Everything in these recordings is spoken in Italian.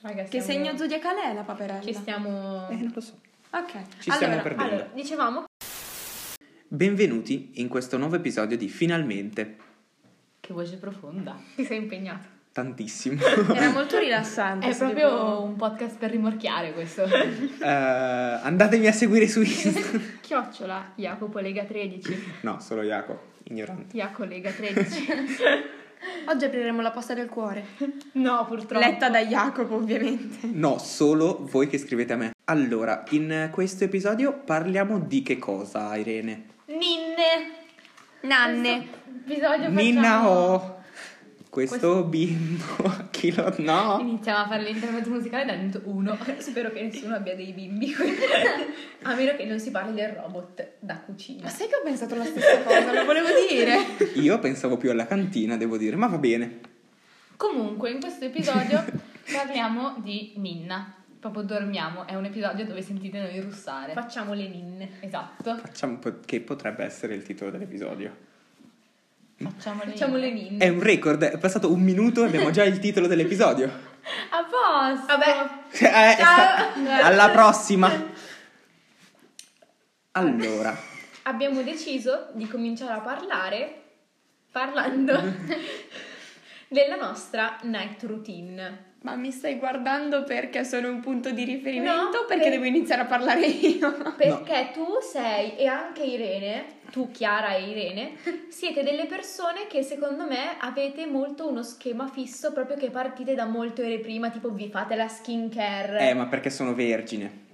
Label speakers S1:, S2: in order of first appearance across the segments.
S1: Raga,
S2: Che
S1: stiamo-
S2: segno zodiacale è la paperella?
S1: Ci stiamo...
S3: Eh, non lo so.
S2: Ok.
S4: Ci stiamo
S2: allora,
S4: perdendo.
S1: Allora, dicevamo...
S4: Benvenuti in questo nuovo episodio di Finalmente.
S5: Che voce profonda.
S1: Ti sei impegnato.
S4: Tantissimo.
S2: Era molto rilassante.
S5: È
S2: se
S5: proprio
S2: devo-
S5: un podcast per rimorchiare questo.
S4: Eh, andatemi a seguire su Instagram.
S1: Chiocciola, Jacopo Lega 13.
S4: No, solo Jaco, ignorante.
S1: Jaco Lega 13.
S2: Oggi apriremo la posta del cuore.
S1: no, purtroppo.
S2: Letta da Jacopo, ovviamente.
S4: No, solo voi che scrivete a me. Allora, in questo episodio parliamo di che cosa, Irene?
S1: Ninne.
S2: Nanne.
S1: Bisogna
S4: Ninna o questo bimbo a chi lo no?
S5: Iniziamo a fare l'intervento musicale dal minuto 1.
S1: Spero che nessuno abbia dei bimbi qui. A meno che non si parli del robot da cucina.
S2: Ma sai che ho pensato la stessa cosa? Lo volevo dire.
S4: Io pensavo più alla cantina, devo dire, ma va bene.
S5: Comunque, in questo episodio parliamo di ninna. Proprio dormiamo. È un episodio dove sentite noi russare.
S1: Facciamo le ninne.
S5: esatto.
S4: Facciamo po- che potrebbe essere il titolo dell'episodio.
S5: Facciamo le
S1: Facciamo le
S5: ninne.
S1: ninne.
S4: È un record, è passato un minuto e abbiamo già il titolo dell'episodio.
S5: A posto.
S1: Vabbè,
S4: Eh, eh, alla prossima. Allora,
S1: abbiamo deciso di cominciare a parlare parlando della nostra night routine.
S2: Ma mi stai guardando perché sono un punto di riferimento
S1: No,
S2: o perché
S1: per-
S2: devo iniziare a parlare io?
S1: Perché tu sei, e anche Irene, tu Chiara e Irene, siete delle persone che secondo me avete molto uno schema fisso, proprio che partite da molte ore prima, tipo vi fate la skincare.
S4: eh, ma perché sono vergine?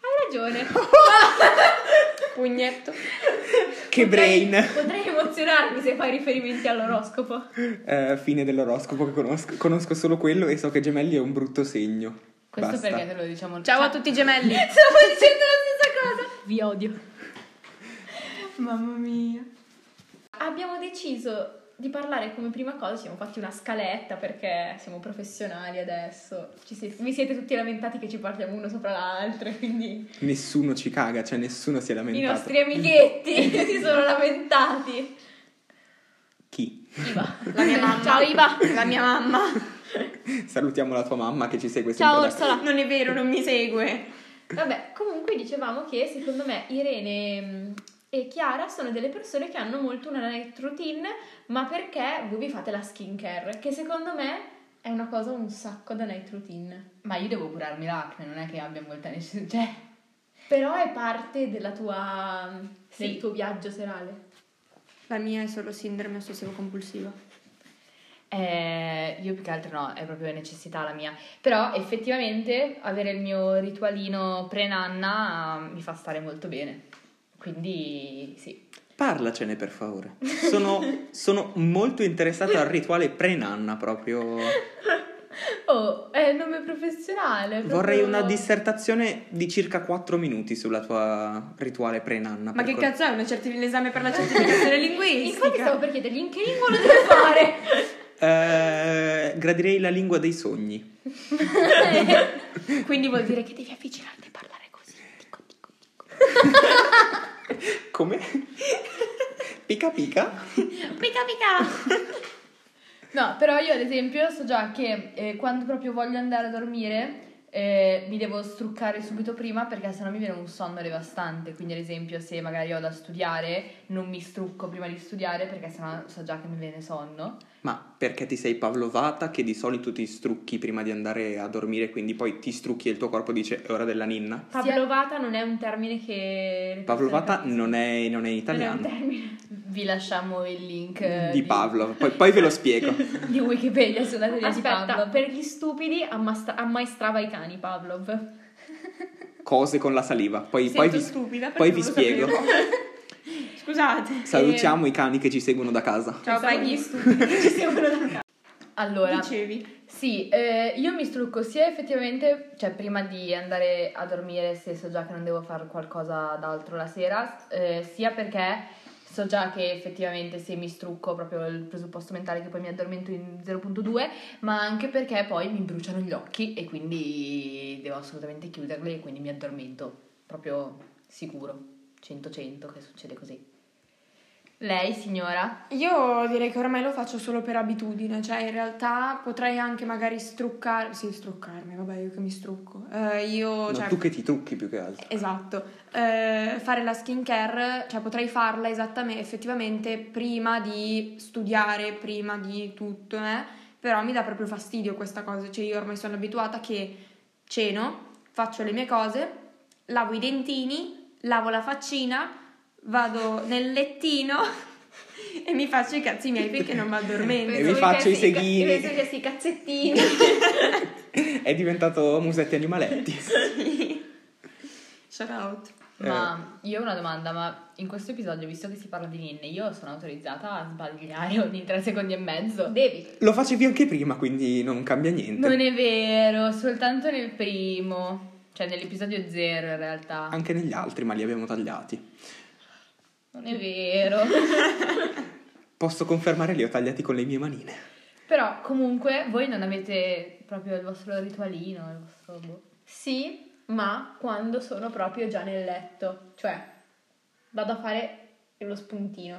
S1: Hai ragione.
S2: Pugnetto.
S4: Che
S1: Potrei-
S4: brain!
S1: Potrei emozionarmi se fai riferimenti all'oroscopo.
S4: Eh, fine dell'oroscopo che conosco, conosco solo quello e so che gemelli è un brutto segno.
S5: Questo
S4: Basta.
S5: perché te lo diciamo
S2: Ciao a tutti i gemelli.
S1: Stavo dicendo la stessa cosa.
S5: Vi odio. Mamma mia.
S1: Abbiamo deciso di parlare come prima cosa, ci siamo fatti una scaletta perché siamo professionali adesso. Ci si- vi siete tutti lamentati che ci parliamo uno sopra l'altro, quindi
S4: Nessuno ci caga, cioè nessuno si è
S1: i
S4: lamentato.
S1: nostri amichetti si sono lamentati.
S4: Chi?
S1: Iva.
S2: La mia mamma.
S1: Ciao Iva.
S2: La mia mamma.
S4: Salutiamo la tua mamma che ci segue sempre.
S2: Ciao
S4: da-
S2: Orsola. Non è vero, non mi segue.
S1: Vabbè, comunque dicevamo che secondo me Irene mm, e Chiara sono delle persone che hanno molto una night routine, ma perché voi vi fate la skincare, che secondo me è una cosa un sacco da night routine.
S5: Ma io devo curarmi l'acne, non è che abbia molta necessità. Cioè,
S1: Però è parte della tua, mm,
S5: Sì.
S1: del tuo viaggio serale.
S2: La mia è solo sindrome ossessivo compulsiva.
S5: Eh, io più che altro no, è proprio necessità la mia. Però effettivamente avere il mio ritualino pre-nanna eh, mi fa stare molto bene. Quindi sì.
S4: Parlacene per favore. Sono, sono molto interessato al rituale pre-nanna proprio.
S5: Oh, è il nome professionale.
S4: Vorrei una dissertazione di circa 4 minuti sulla tua rituale pre-nanna.
S2: Ma
S4: per
S2: che
S4: cor-
S2: cazzo è una certifi- l'esame per la certificazione
S1: Infatti stavo
S2: linguistica?
S1: per chiedergli in che lingua lo devo fare.
S4: Eh, gradirei la lingua dei sogni.
S2: Quindi vuol dire che devi avvicinarti e parlare così. Dico, dico, dico.
S4: Come? pica pica.
S2: Pica pica!
S5: No, però io ad esempio so già che eh, quando proprio voglio andare a dormire eh, mi devo struccare subito prima perché sennò mi viene un sonno devastante. Quindi ad esempio se magari ho da studiare non mi strucco prima di studiare perché sennò so già che mi viene sonno.
S4: Ma perché ti sei pavlovata che di solito ti strucchi prima di andare a dormire, quindi poi ti strucchi e il tuo corpo dice è ora della ninna?
S1: Pavlovata non è un termine che... le persone
S4: Pavlovata
S1: capiscono.
S4: non è, non
S1: Non è
S4: è in
S1: un
S4: italiano.
S1: termine.
S5: Vi lasciamo il link eh,
S4: Di Pavlov, poi, poi ve lo spiego.
S5: di Wikipedia sulla teoria di
S1: Aspetta,
S5: Pavlov.
S1: per gli stupidi ammasta- ammaestrava i cani Pavlov.
S4: Cose con la saliva, poi, poi vi,
S2: stupida
S4: poi vi
S2: perché non
S4: spiego.
S2: lo sapevo. Scusate. Eh,
S4: Salutiamo i cani che ci seguono da casa.
S2: Ciao
S1: Pensavo
S2: Paghi.
S1: gli stupidi che ci seguono da casa.
S5: Allora,
S2: Dicevi.
S5: sì, eh, io mi strucco sia effettivamente, cioè prima di andare a dormire se so già che non devo fare qualcosa d'altro la sera, eh, sia perché so già che effettivamente se mi strucco proprio il presupposto mentale che poi mi addormento in 0.2, ma anche perché poi mi bruciano gli occhi e quindi devo assolutamente chiuderli e quindi mi addormento, proprio sicuro, 100-100 che succede così.
S1: Lei, signora?
S2: Io direi che ormai lo faccio solo per abitudine, cioè in realtà potrei anche magari struccarmi, sì struccarmi, vabbè io che mi strucco, Eh, io
S4: No,
S2: cioè,
S4: tu che ti trucchi più che altro.
S2: Esatto, Eh, fare la skincare, cioè potrei farla esattamente, effettivamente prima di studiare, prima di tutto, eh? però mi dà proprio fastidio questa cosa, cioè io ormai sono abituata che ceno, faccio le mie cose, lavo i dentini, lavo la faccina, vado nel lettino e mi faccio i cazzi miei finché non mi addormento.
S4: E mi faccio i seghini.
S6: Penso che sì, cazzettini.
S4: È diventato musetti animaletti.
S2: Shout out.
S6: Eh.
S1: Ma io ho una domanda, ma in questo episodio, visto che si parla di ninne, io sono autorizzata a sbagliare ogni tre secondi e mezzo.
S6: Devi.
S4: Lo facevi anche prima, quindi non cambia niente.
S1: Non è vero, soltanto nel primo, cioè nell'episodio zero in realtà.
S4: Anche negli altri, ma li abbiamo tagliati.
S1: Non è vero.
S4: Posso confermare, li ho tagliati con le mie manine.
S1: Però comunque voi non avete proprio il vostro ritualino, il vostro... boh.
S6: Sì, ma quando sono proprio già nel letto. Cioè, vado a fare lo spuntino.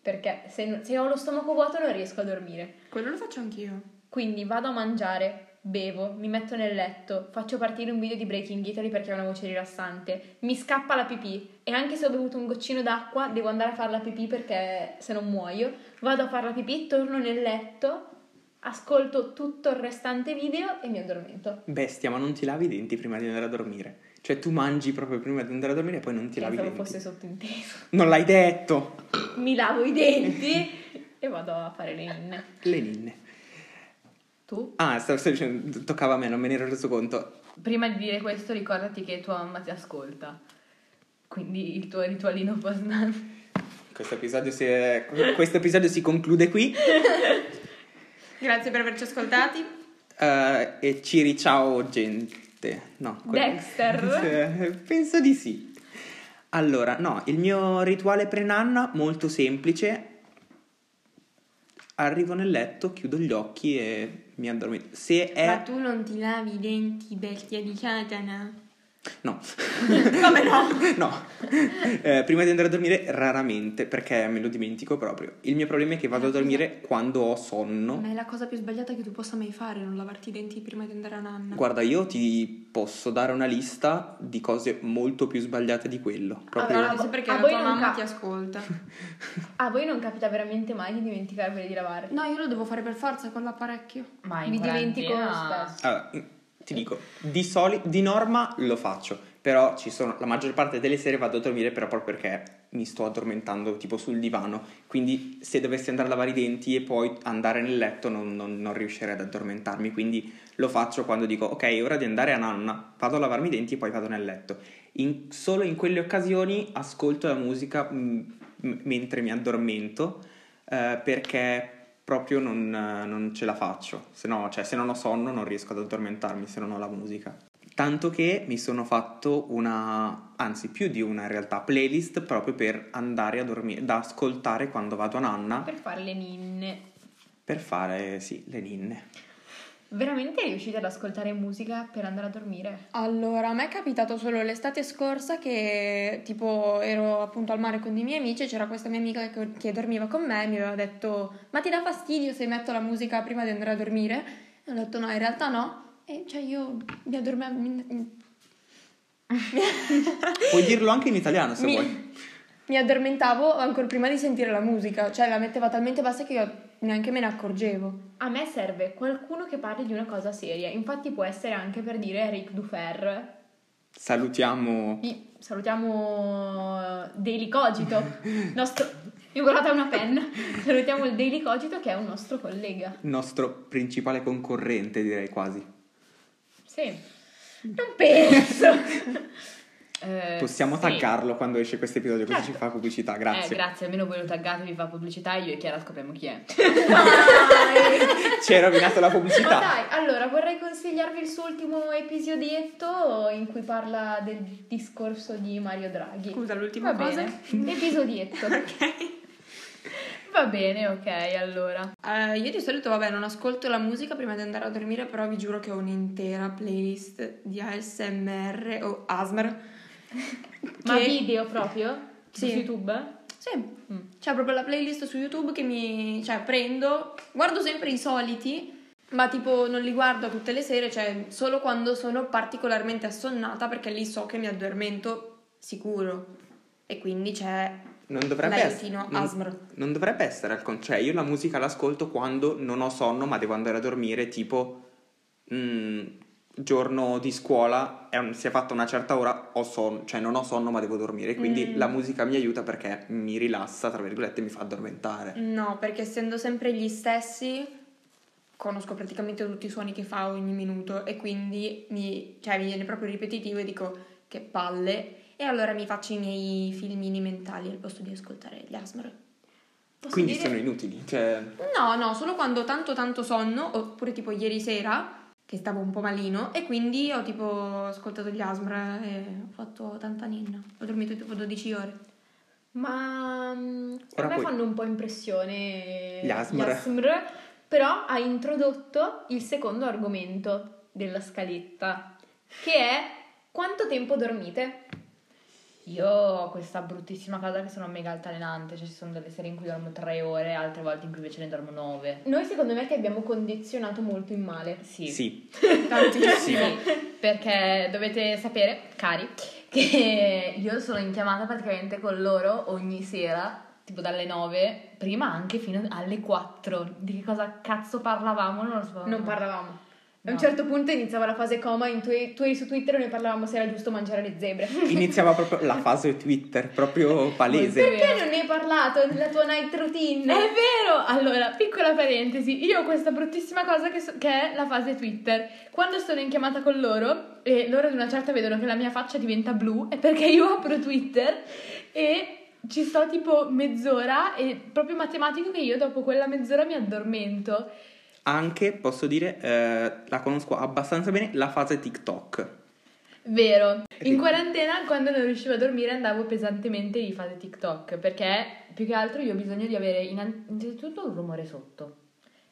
S6: Perché se, se ho lo stomaco vuoto non riesco a dormire.
S2: Quello lo faccio anch'io.
S6: Quindi vado a mangiare, bevo, mi metto nel letto, faccio partire un video di Breaking Italy perché ha una voce rilassante, mi scappa la pipì e anche se ho bevuto un goccino d'acqua devo andare a fare la pipì perché se non muoio. Vado a fare la pipì, torno nel letto, ascolto tutto il restante video e mi addormento.
S4: Bestia, ma non ti lavi i denti prima di andare a dormire. Cioè, tu mangi proprio prima di andare a dormire e poi non ti lavi i
S6: Pensavo
S4: denti.
S6: fosse sottinteso.
S4: Non l'hai detto!
S6: Mi lavo i denti e vado a fare le ninne.
S4: Le ninne.
S1: Tu?
S4: Ah, stavo, stavo dicendo, toccava a me, non me ne ero reso conto.
S1: Prima di dire questo ricordati che tua mamma ti ascolta. Quindi il tuo ritualino postnante.
S4: Questo episodio si, è- questo episodio si conclude qui
S2: Grazie per averci ascoltati.
S4: eh, e ci riciao gente. No, que-
S6: Dexter?
S4: Eh, Penso di sì. Allora, no, il mio rituale pre-nanna molto semplice. Arrivo nel letto, chiudo gli occhi e mi addormento. Se è...
S2: Ma tu non ti lavi i denti, bestia di Satana.
S4: No. no. Eh, prima di andare a dormire, raramente, perché me lo dimentico proprio. Il mio problema è che vado a dormire quando ho sonno.
S2: Ma è la cosa più sbagliata che tu possa mai fare, non lavarti i denti prima di andare a nanna.
S4: Guarda, io ti posso dare una lista di cose molto più sbagliate di quello. Proprio.
S2: Allora,
S6: A
S2: non so
S6: vo-
S2: perché
S6: a
S2: la
S6: voi
S2: tua
S6: non
S2: mamma
S6: cap-
S2: ti ascolta.
S6: A voi non capita veramente mai di dimenticarveli di lavare?
S2: No, io lo devo fare per forza con l'apparecchio.
S1: Ma in
S6: Mi dimentico
S1: quarantena-
S6: spesso.
S4: Allora, mm, ti dico, di, soli- di norma lo faccio, però ci sono, la maggior parte delle sere vado a dormire però proprio perché mi sto addormentando tipo sul divano, quindi se dovessi andare a lavare i denti e poi andare nel letto non, non- non riuscirei ad addormentarmi, quindi lo faccio quando dico ok è ora di andare a nanna, vado a lavarmi i denti e poi vado nel letto. In- solo in quelle occasioni ascolto la musica mm, m- mentre mi addormento eh, perché proprio non, eh, non ce la faccio. Se no, cioè, se non ho sonno non riesco ad addormentarmi se non ho la musica. Tanto che mi sono fatto una, anzi più di una in realtà, playlist proprio per andare a dormire, da ascoltare quando vado a nanna
S6: Per fare le ninne.
S4: per fare, sì, le ninne.
S6: Veramente riuscite ad ascoltare musica per andare a dormire?
S2: Allora, a me è capitato solo l'estate scorsa che tipo ero appunto al mare con dei miei amici e c'era questa mia amica che, che dormiva con me e mi aveva detto ma ti dà fastidio se metto la musica prima di andare a dormire? E ho detto no, in realtà no. E cioè io mi addormevo... mi-
S4: Puoi dirlo anche in italiano se vuoi.
S2: mi, mi addormentavo ancora prima di sentire la musica, cioè la metteva talmente bassa che io neanche me ne accorgevo.
S6: A me serve qualcuno che parli di una cosa seria. Infatti può essere anche per dire Ric Dufer.
S4: Salutiamo...
S6: Vi salutiamo Daily Cogito, nostro... Mi ho guardata una penna. Salutiamo il Daily Cogito che è un nostro collega.
S4: il Nostro principale concorrente, direi quasi.
S6: Sì. Non penso.
S1: Eh,
S4: Possiamo
S1: sì.
S4: taggarlo quando esce questo episodio, così
S6: Certo.
S4: ci fa pubblicità.
S1: Eh,
S4: Grazie.
S1: grazie, almeno voi lo taggate, vi fa pubblicità, io e Chiara scopriamo chi è.
S4: Ci hai rovinato la
S6: Ma
S4: pubblicità.
S6: dai, allora vorrei consigliarvi il suo ultimo episodietto in cui parla del discorso di Mario Draghi.
S2: Scusa, l'ultima
S1: Va
S2: cosa.
S1: bene.
S6: Episodietto.
S1: Va bene, ok, allora.
S2: Eh, io di solito, vabbè, non ascolto la musica prima di andare a dormire, però vi giuro che ho un'intera playlist di ASMR o ASMR.
S6: Ma
S2: che-
S6: video proprio?
S2: Sì.
S6: Su YouTube?
S2: Sì, c'è proprio la playlist su YouTube che mi... cioè prendo, guardo sempre i soliti, ma tipo non li guardo tutte le sere, cioè solo quando sono particolarmente assonnata perché lì so che mi addormento sicuro. E quindi cioè, c'è...
S4: Non dovrebbe, essere,
S2: Laitino,
S4: non,
S2: Asmr.
S4: non dovrebbe essere al contrario. Cioè, io la musica l'ascolto quando non ho sonno, ma devo andare a dormire, tipo mm, giorno di scuola, è un- si è fatta una certa ora, ho sonno, cioè non ho sonno, ma devo dormire. Quindi la musica mi aiuta perché mi rilassa, tra virgolette, mi fa addormentare.
S2: No, perché essendo sempre gli stessi, conosco praticamente tutti i suoni che fa ogni minuto e quindi mi, cioè, mi viene proprio ripetitivo e dico che palle. E allora mi faccio i miei filmini mentali al posto di ascoltare gli ASMR.
S6: Posso
S4: Quindi
S6: dire-
S4: sono inutili. Cioè,
S2: No, no, solo quando ho tanto tanto sonno, oppure tipo ieri sera, che stavo un po' malino, e quindi ho tipo ascoltato gli ASMR e ho fatto tanta ninna. Ho dormito tipo 12 ore.
S6: Ma mm, a
S4: Ora
S6: me
S4: puoi-
S6: fanno un po' impressione
S4: Gli ASMR.
S6: Eh, ASMR, però ha introdotto il secondo argomento della scaletta, che è quanto tempo dormite.
S1: Io ho questa bruttissima cosa che sono mega altalenante, cioè ci sono delle sere in cui dormo tre ore, altre volte in cui invece ne dormo nove.
S6: Noi secondo me ti abbiamo condizionato molto in male.
S1: Sì.
S4: sì,
S2: Tantissimo.
S1: Perché dovete sapere, cari, che io sono in chiamata praticamente con loro ogni sera, tipo dalle 9, prima anche fino alle 4. Di che cosa cazzo parlavamo? Non lo so.
S6: Non parlavamo. A un
S1: No.
S6: certo punto iniziava la fase coma, in tu, tu eri su Twitter e noi parlavamo se era giusto mangiare le zebre.
S4: iniziava proprio la fase Twitter, proprio palese.
S6: Perché non ne hai parlato della tua night
S1: È
S4: Eh,
S6: routine?
S1: vero! Allora, piccola parentesi, io ho questa bruttissima cosa che, so- che è la fase Twitter. Quando sono in chiamata con loro e loro ad una certa vedono che la mia faccia diventa blu, è perché io apro Twitter e ci sto tipo mezz'ora e proprio matematico che io dopo quella mezz'ora mi addormento.
S4: Anche, posso dire, eh, la conosco abbastanza bene, la fase TikTok.
S1: Vero.
S4: Sì.
S1: In quarantena, quando non riuscivo a dormire, andavo pesantemente di fase TikTok perché più che altro io ho bisogno di avere inan- innanzitutto un rumore sotto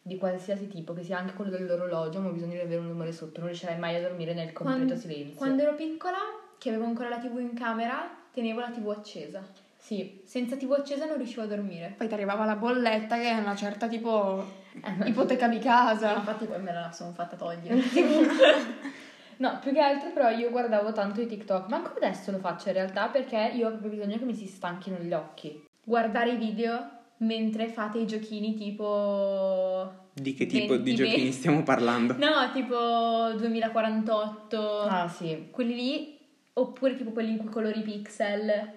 S1: di qualsiasi tipo, che sia anche quello dell'orologio, ma ho bisogno di avere un rumore sotto, non riuscirei mai a dormire nel completo
S6: Quando-
S1: silenzio.
S6: Quando ero piccola, che avevo ancora la TV in camera, tenevo la TV accesa.
S1: Sì,
S6: Senza TV accesa non riuscivo a dormire.
S2: Poi ti arrivava la bolletta che è una certa tipo
S1: Eh,
S2: ipoteca di casa.
S6: Infatti poi me la sono fatta togliere.
S1: No, più che altro però io guardavo tanto i TikTok, ma ancora adesso lo faccio in realtà perché io ho proprio bisogno che mi si stanchino gli occhi.
S6: Guardare i video mentre fate i giochini tipo...
S4: Di che tipo di
S6: 20
S4: giochini stiamo parlando?
S6: No, tipo 2048.
S1: Ah sì,
S6: Quelli lì, oppure tipo quelli in cui colori i pixel.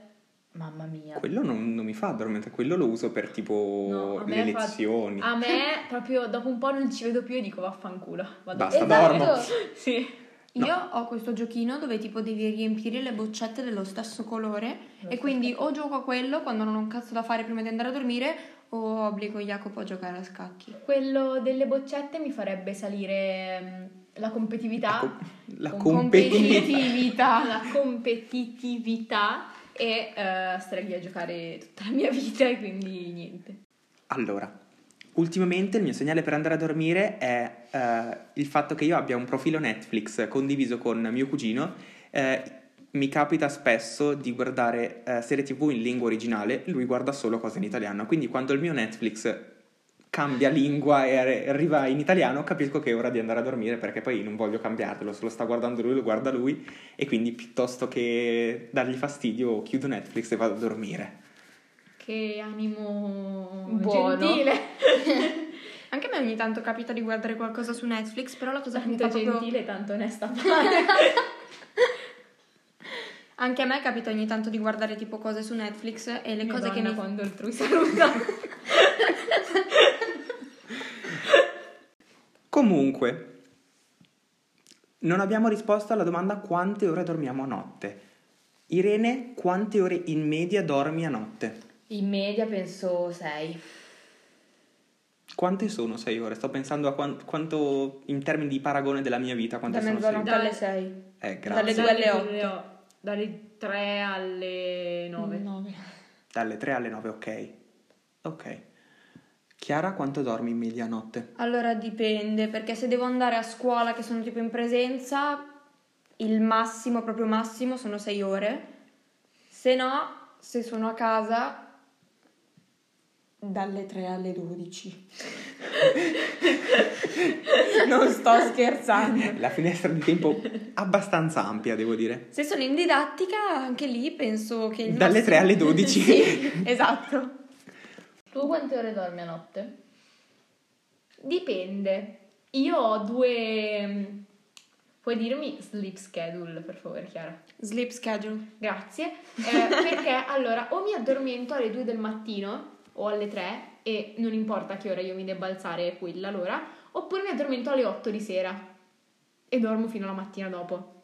S1: mamma mia.
S4: Quello non, non mi fa addormentare, quello lo uso per tipo
S6: No, a me
S4: le
S6: fa-
S4: lezioni.
S6: A me proprio dopo un po' non ci vedo più e dico vaffanculo. Vado
S4: Basta,
S6: Esatto.
S4: dormo.
S6: Sì.
S4: No.
S2: Io ho questo giochino dove tipo devi riempire le boccette dello stesso colore e quindi o gioco a quello quando non ho un cazzo da fare prima di andare a dormire o obbligo Jacopo a giocare a scacchi.
S6: Quello delle boccette mi farebbe salire mm, la competitività.
S4: La co- la
S6: Con-
S4: competitività.
S2: Competitività.
S6: la competitività e eh, starei lì a giocare tutta la mia vita e quindi niente.
S4: Allora, ultimamente il mio segnale per andare a dormire è eh, il fatto che io abbia un profilo Netflix condiviso con mio cugino. eh, mi capita spesso di guardare eh, serie tv in lingua originale, lui guarda solo cose in italiano, quindi quando il mio Netflix cambia lingua e ar- arriva in italiano capisco che è ora di andare a dormire perché poi non voglio cambiarlo, se lo sta guardando lui lo guarda lui e quindi piuttosto che dargli fastidio chiudo Netflix e vado a dormire.
S6: Che animo
S1: Buono.
S6: gentile.
S2: Anche a me ogni tanto capita di guardare qualcosa su Netflix, però la cosa che mi fa
S6: Tanto
S2: proprio...
S6: gentile, tanto onesta.
S2: Anche a me capita ogni tanto di guardare tipo cose su Netflix e le cose che mi...
S6: quando altrui saluta.
S4: Comunque, non abbiamo risposto alla domanda quante ore dormiamo a notte. Irene, quante ore in media dormi a notte?
S1: In media penso 6.
S4: Quante sono 6 ore? Sto pensando a quan- quanto, in termini di paragone della mia vita, quante
S2: Da
S4: sono 6
S2: mezzanotte
S4: ore?
S2: alle 6.
S4: Eh,
S2: dalle
S4: grazie.
S2: due alle otto.
S6: Dalle 3 alle 9.
S4: Dalle 3 alle 9, ok. Ok. Chiara, quanto dormi in media a notte?
S2: Allora dipende, perché se devo andare a scuola che sono tipo in presenza, il massimo, proprio massimo, sono sei ore. Se no, se sono a casa, dalle 3 alle 12. non sto scherzando.
S4: La finestra di tempo abbastanza ampia, devo dire.
S2: Se sono in didattica, anche lì penso che... il
S4: Dalle
S2: massimo-
S4: 3 alle 12.
S2: Sì, esatto.
S1: Mm. Tu quante ore dormi a notte?
S6: Dipende. Io ho due... mm, Puoi dirmi sleep schedule, per favore, Chiara?
S2: Sleep schedule.
S6: Grazie, Eh, perché allora o mi addormento alle 2 del mattino o alle 3 e non importa che ora io mi debba alzare è quella l'ora, oppure mi addormento alle 8 di sera e dormo fino alla mattina dopo.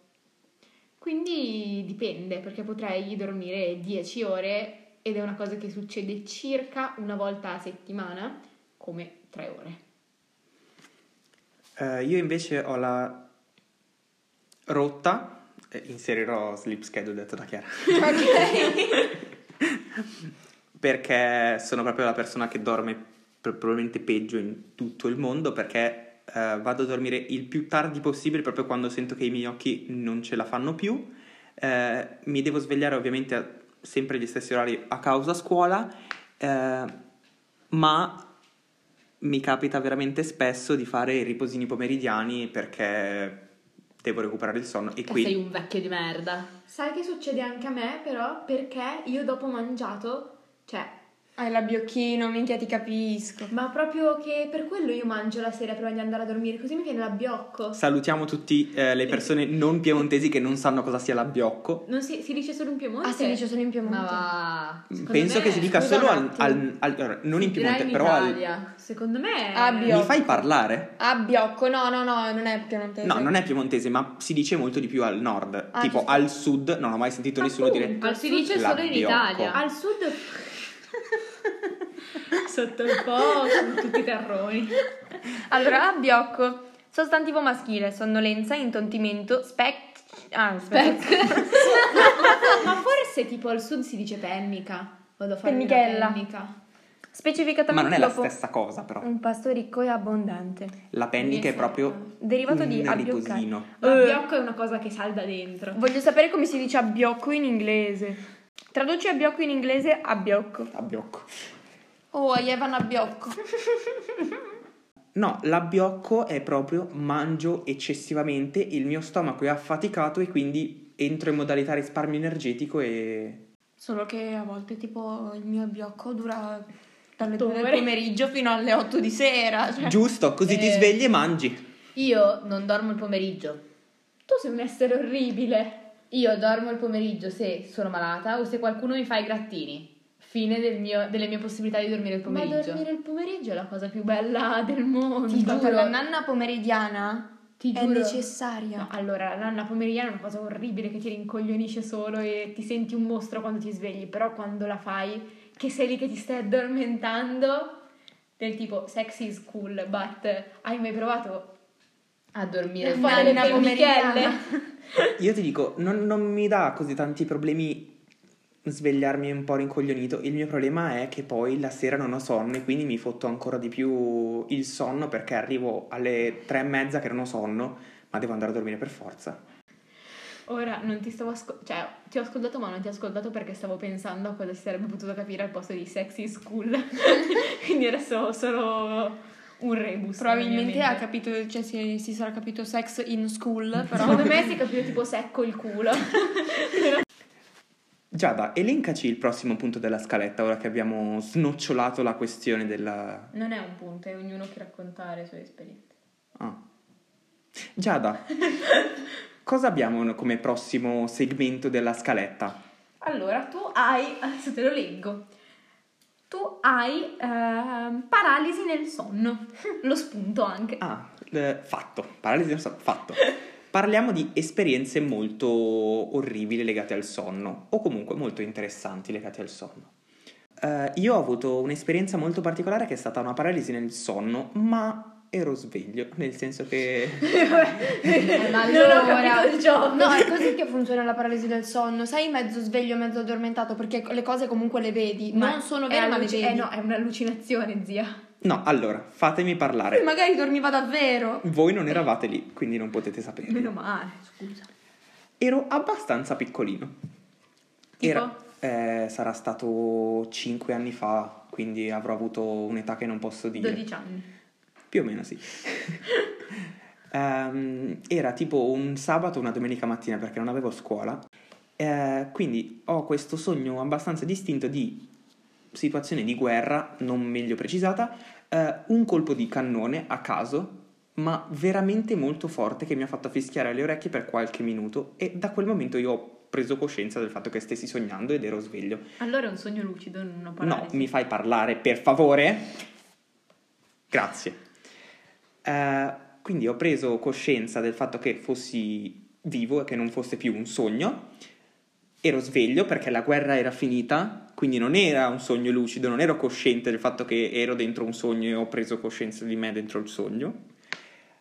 S6: Quindi dipende, perché potrei dormire 10 ore ed è una cosa che succede circa una volta a settimana, come 3 ore.
S4: Eh, io invece ho la rotta, eh, inserirò sleep schedule detto da Chiara, perché sono proprio la persona che dorme pr- probabilmente peggio in tutto il mondo, perché eh, vado a dormire il più tardi possibile proprio quando sento che i miei occhi non ce la fanno più, Eh, mi devo svegliare ovviamente a- sempre gli stessi orari a causa scuola, eh, ma mi capita veramente spesso di fare i riposini pomeridiani perché devo recuperare il sonno e qui
S1: Sei un vecchio di merda.
S6: Sai che succede anche a me però, perché io dopo mangiato, cioè
S2: Hai la biocchino, minchia ti capisco.
S6: Ma proprio che per quello io mangio la sera prima di andare a dormire, così mi viene l'abbiocco.
S4: salutiamo tutte le persone non piemontesi che non sanno cosa sia l'abbiocco.
S6: Non si, si dice solo in Piemonte?
S2: Ah, si dice solo in Piemonte.
S1: Ma va.
S6: Secondo
S4: Penso
S6: me-
S4: che si dica
S2: scusa
S4: solo
S2: un
S4: al,
S2: attimo.
S4: al- al- allora, non
S1: Direi
S4: in Piemonte,
S1: in
S4: però al,
S1: Italia. Ah,
S6: Secondo me...
S2: Abbio-
S4: mi fai parlare?
S2: Ah, biocco, no, no, no, non è piemontese.
S4: No, non è piemontese, ma si dice molto di più al nord,
S2: Esatto. Ah,
S4: tipo
S2: giusto.
S4: al sud, non ho mai sentito nessuno dire
S1: Ma si dice
S4: La
S1: solo in
S4: Biocco.
S1: Italia.
S6: Al sud... Sotto il po' sono tutti terroni.
S2: Allora, biocco, sostantivo maschile, sonnolenza, intontimento, spec... Ah, spec.
S6: Ma forse tipo al sud si dice pennica. Vado a fare una
S2: Pennichella.
S6: pennica.
S4: Ma
S2: Specificatamente
S4: non è la
S2: dopo Mm.
S4: stessa cosa, però.
S2: Un pasto ricco e abbondante,
S4: La pennica è proprio
S2: Esatto. derivato
S4: un
S2: di abbioccare.
S4: riposino.
S6: L'abbiocco è una cosa che salda dentro.
S2: Voglio sapere come si dice abbiocco in inglese. Traduci abbiocco in inglese abbiocco.
S4: Abbiocco.
S2: Oh, Evan abbiocco.
S4: No, l'abbiocco è proprio mangio eccessivamente, il mio stomaco è affaticato e quindi entro in modalità risparmio energetico e...
S2: Solo che a volte tipo il mio abbiocco dura dalle
S6: Due
S2: 2 del
S6: ore.
S2: pomeriggio fino alle 8 di sera. Cioè.
S4: Giusto, così ti
S1: Eh.
S4: svegli e mangi.
S1: Io non dormo il pomeriggio.
S6: Tu sei un essere orribile.
S1: Io dormo il pomeriggio se sono malata o se qualcuno mi fa i grattini. Fine del mio- delle mie possibilità di dormire il
S6: Ma
S1: pomeriggio.
S6: dormire il pomeriggio è la cosa più bella del mondo.
S2: Ti giuro, la nanna pomeridiana
S6: Ti
S2: è
S6: giuro.
S2: necessaria.
S6: No, allora, la nanna pomeridiana è una cosa orribile che ti rincoglionisce solo e ti senti un mostro quando ti svegli, però quando la fai, che sei lì che ti stai addormentando, del tipo sex is cool, but hai mai provato
S1: A
S6: a
S1: dormire il
S6: fare le
S2: nanna pomeridiana.
S6: pernichelle?
S4: Io ti dico, non, non mi dà così tanti problemi svegliarmi un po' rincoglionito, il mio problema è che poi la sera non ho sonno e quindi mi fotto ancora di più il sonno perché arrivo alle tre e mezza che non ho sonno, ma devo andare a dormire per forza.
S6: Ora, non ti stavo ascoltando, cioè, ti ho ascoltato ma non ti ho ascoltato perché stavo pensando a cosa si sarebbe potuto capire al posto di sex is cool, quindi adesso ho solo un rebus. nella mia
S2: Probabilmente ha
S6: mente.
S2: capito, cioè si, si sarà capito sex in school, però
S6: Secondo me si è capito tipo secco il culo.
S4: Giada, elencaci il prossimo punto della scaletta ora che abbiamo snocciolato la questione della...
S6: Non è un punto, è ognuno che racconta le sue esperienze.
S4: Ah. Giada, cosa abbiamo come prossimo segmento della scaletta?
S6: Allora, tu hai, adesso te lo leggo, tu hai ehm, paralisi nel sonno, lo spunto anche.
S4: Ah, eh, fatto. Paralisi del sonno, fatto. Parliamo di esperienze molto orribili legate al sonno, o comunque molto interessanti legate al sonno. Eh, io ho avuto un'esperienza molto particolare che è stata una paralisi nel sonno, ma ero sveglio, nel senso che...
S1: Eh, ma
S6: Non ho
S1: allora-
S6: capito il gioco.
S2: No, è così che funziona la paralisi del sonno. Sei mezzo sveglio, mezzo addormentato, perché le cose comunque le vedi.
S6: Ma
S2: non sono
S6: è
S2: vere, ma le
S6: alluc-
S2: vedi.
S6: Eh no, è un'allucinazione, zia.
S4: No, allora, fatemi
S2: Poi
S4: parlare.
S2: magari dormiva davvero.
S4: Voi non eravate lì, quindi non potete saperlo.
S6: Meno male, scusa.
S4: Ero abbastanza piccolino.
S6: Tipo?
S4: Era eh, sarà stato 5 anni fa, quindi avrò avuto un'età che non posso dire.
S6: 12 anni.
S4: Più o meno sì. Ehm, era tipo un sabato, una domenica mattina perché non avevo scuola. Eh, quindi ho questo sogno abbastanza distinto di situazione di guerra, non meglio precisata, eh, un colpo di cannone a caso, ma veramente molto forte che mi ha fatto fischiare le orecchie per qualche minuto e da quel momento io ho preso coscienza del fatto che stessi sognando ed ero sveglio.
S6: Allora è un sogno lucido, non una
S4: No,
S6: paralisi.
S4: mi fai parlare, per favore. Grazie. Eh, quindi ho preso coscienza del fatto che fossi vivo e che non fosse più un sogno. Ero sveglio perché la guerra era finita, quindi non era un sogno lucido, non ero cosciente del fatto che ero dentro un sogno e ho preso coscienza di me dentro il sogno.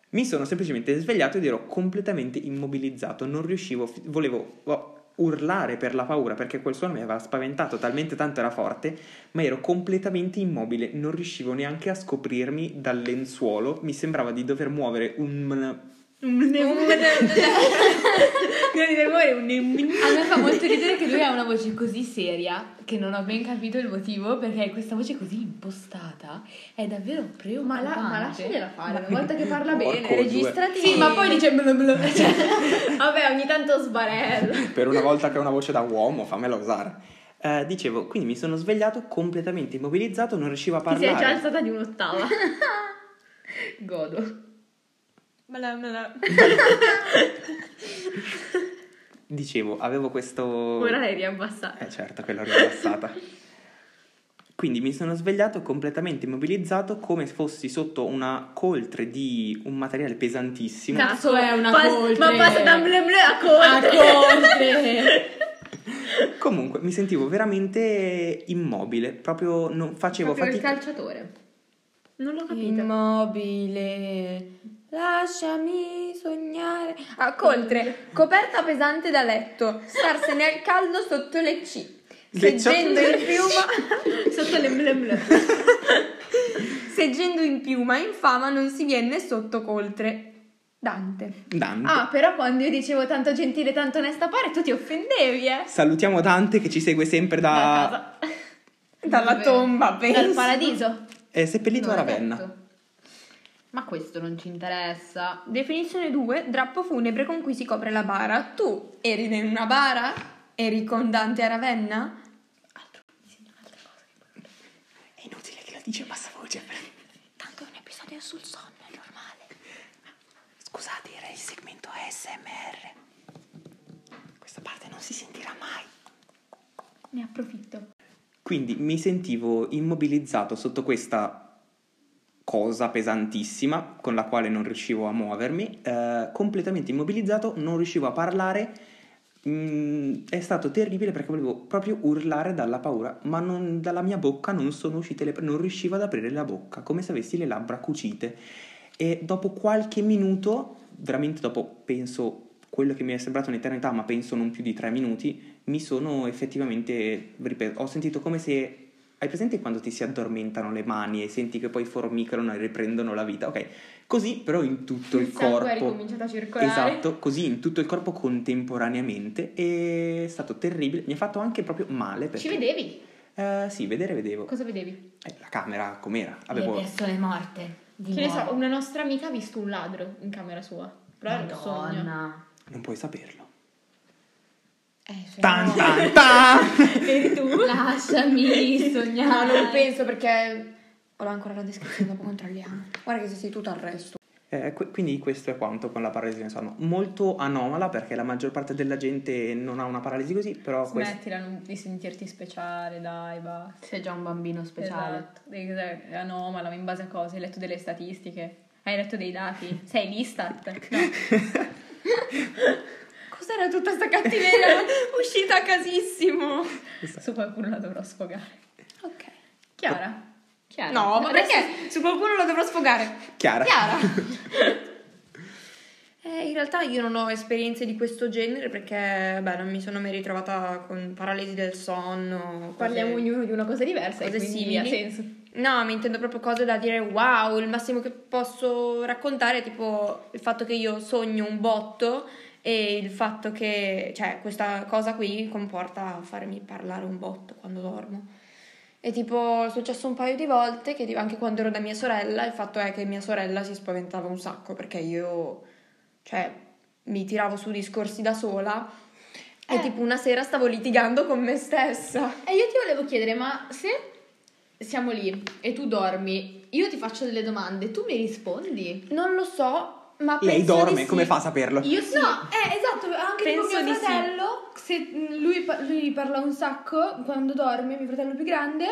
S4: Mi sono semplicemente svegliato ed ero completamente immobilizzato, non riuscivo, fi- volevo oh, urlare per la paura perché quel suono mi aveva spaventato talmente tanto era forte ma ero completamente immobile, non riuscivo neanche a scoprirmi dal lenzuolo, mi sembrava di dover muovere un...
S6: Un Grandi rumori, un
S1: A me fa molto ridere che lui ha una voce così seria che non ho ben capito il motivo perché questa voce così impostata è davvero
S6: Ma,
S1: preoccupante.
S6: la, ma lasciagliela fare, una volta che parla
S4: Porco
S6: bene,
S4: due.
S6: registrati.
S1: Sì, ma poi dice blu blu.
S6: Cioè, Vabbè, ogni tanto sbarello.
S4: Per una volta che ho una voce da uomo, fammela usare. Eh, dicevo, quindi mi sono svegliato completamente immobilizzato, non riuscivo a
S6: Ti sei già
S4: parlare.
S6: alzata di un'ottava. Godo.
S2: Me la, me la...
S4: Dicevo, avevo questo...
S6: Ora l'hai riabbassata.
S4: Eh certo, quella rilassata. Quindi mi sono svegliato completamente immobilizzato come se fossi sotto una coltre di un materiale pesantissimo.
S1: Cazzo, è una
S6: Pas-
S1: coltre.
S6: Ma passa da ble ble a coltre.
S4: Comunque mi sentivo veramente immobile, proprio non facevo
S6: Proprio il
S4: fatica.
S6: calciatore. Non l'ho capito.
S2: Immobile, lasciami sognare. A coltre, coperta pesante da letto, starsene al caldo sotto le C.
S4: Le
S2: Seggendo
S4: ciottole-
S2: in piuma,
S6: Sotto le ble ble.
S2: seggendo in piuma, in fama non si viene sotto coltre. Dante.
S4: Dante.
S6: Ah, però quando io dicevo tanto gentile, tanto onesta pare, tu ti offendevi, eh.
S4: Salutiamo Dante che ci segue sempre da...
S6: Da casa.
S2: Dalla
S1: Vabbè.
S2: tomba,
S6: Dal
S2: penso.
S6: paradiso.
S4: È Eh, seppellito
S1: Non
S4: a
S1: l'ho
S4: Ravenna.
S1: detto. Ma questo non ci interessa.
S2: Definizione 2, drappo funebre con cui si copre la bara. Tu eri in una bara? Eri con Dante a Ravenna?
S4: È inutile che lo dice a bassa voce.
S7: Tanto è un episodio sul sonno, è normale.
S4: Scusate, era il segmento ASMR. Questa parte non si sentirà mai.
S6: Ne approfitto.
S4: Quindi mi sentivo immobilizzato sotto questa cosa pesantissima con la quale non riuscivo a muovermi, eh, completamente immobilizzato, non riuscivo a parlare. Mm, è stato terribile perché volevo proprio urlare dalla paura, ma non- dalla mia bocca non sono uscite le non riuscivo ad aprire la bocca, come se avessi le labbra cucite. E dopo qualche minuto, veramente dopo penso quello che mi è sembrato un'eternità, ma penso non più di tre minuti, mi sono effettivamente, ripeto, ho sentito come se hai presente quando ti si addormentano le mani e senti che poi formicano e riprendono la vita? Ok, così però in tutto il,
S6: Il sangue è
S4: corpo.
S6: ricominciato a circolare.
S4: Esatto, così in tutto il corpo contemporaneamente. E è stato terribile, mi ha fatto anche proprio male. Perché,
S6: Ci vedevi?
S4: Eh, sì, vedere vedevo.
S6: Cosa vedevi?
S4: Eh, la camera com'era? Avevo...
S1: Le persone morte. Di
S6: Che ne so,
S1: nuovo.
S6: una nostra amica ha visto un ladro in camera sua. Però era un sogno.
S1: Madonna.
S4: Non puoi saperlo.
S6: Eh, se
S4: Tan
S6: no-
S4: tan tan!
S6: Eri tu?
S1: Lasciami
S2: No,
S1: sognare.
S2: non penso perché... Ho ancora la descrizione, dopo controlliamo. Guarda che se sei tu al resto.
S4: Eh, que- quindi questo è quanto con la paralisi del sonno. Molto anomala perché la maggior parte della gente non ha una paralisi così, però questa...
S6: Smettila non- di sentirti speciale, dai, basta.
S1: Sei già un bambino speciale.
S6: Esatto, Esatto, è anomala, ma in base a cosa? Hai letto delle statistiche? Hai letto dei dati? Sei l'Istat? No.
S2: Cos'era tutta sta cattiveria uscita a casissimo?
S6: Su qualcuno la dovrò sfogare.
S2: Ok.
S6: Chiara? Chiara?
S2: No, ma
S6: Adesso-
S2: perché? Su qualcuno lo dovrò sfogare.
S4: Chiara.
S2: Chiara. Eh, in realtà io non ho esperienze di questo genere perché, beh, non mi sono mai ritrovata con paralisi del sonno. cose-
S6: Parliamo ognuno di una cosa diversa e
S2: Cose
S6: quindi
S2: simili.
S6: ha senso.
S2: No, mi intendo proprio cose da dire wow, il massimo che posso raccontare è tipo il fatto che io sogno un botto e il fatto che, cioè, questa cosa qui comporta farmi parlare un botto quando dormo. E tipo, è successo un paio di volte che tipo, anche quando ero da mia sorella, il fatto è che mia sorella si spaventava un sacco perché io, cioè, mi tiravo su discorsi da sola e
S6: Eh.
S2: tipo una sera stavo litigando con me stessa.
S1: E io ti volevo chiedere, ma se siamo lì e tu dormi, io ti faccio delle domande, tu mi rispondi?
S2: Non lo so, ma
S4: Lei
S2: penso
S4: dorme,
S2: di sì.
S4: come fa a saperlo?
S1: Io sì. No, eh, esatto, anche
S2: Penso
S1: tipo
S2: di
S1: mio
S2: sì.
S1: fratello, se mh, lui, pa- lui parla un sacco quando dorme, mio fratello più grande,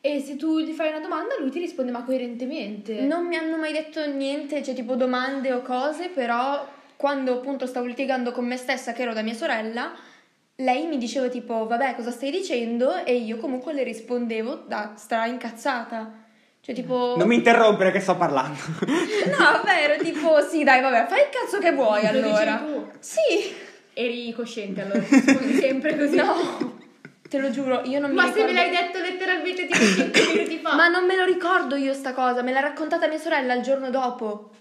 S1: e se tu gli fai una domanda lui ti risponde ma coerentemente.
S2: Non mi hanno mai detto niente, cioè tipo domande o cose, però quando appunto stavo litigando con me stessa, che ero da mia sorella, lei mi diceva tipo vabbè cosa stai dicendo e io comunque le rispondevo da stra incazzata. Cioè tipo...
S4: Non mi interrompere che sto parlando.
S2: No, vabbè, ero tipo sì dai vabbè fai il cazzo che vuoi
S6: Lo dicevi
S2: allora.
S6: tu?
S2: Sì,
S6: Eri cosciente allora, rispondi sempre così.
S2: no, te lo giuro, io non mi
S6: Ma se
S2: ricordo...
S6: me l'hai detto letteralmente tipo 5 minuti fa.
S2: Ma non me lo ricordo io sta cosa, me l'ha raccontata mia sorella il giorno dopo.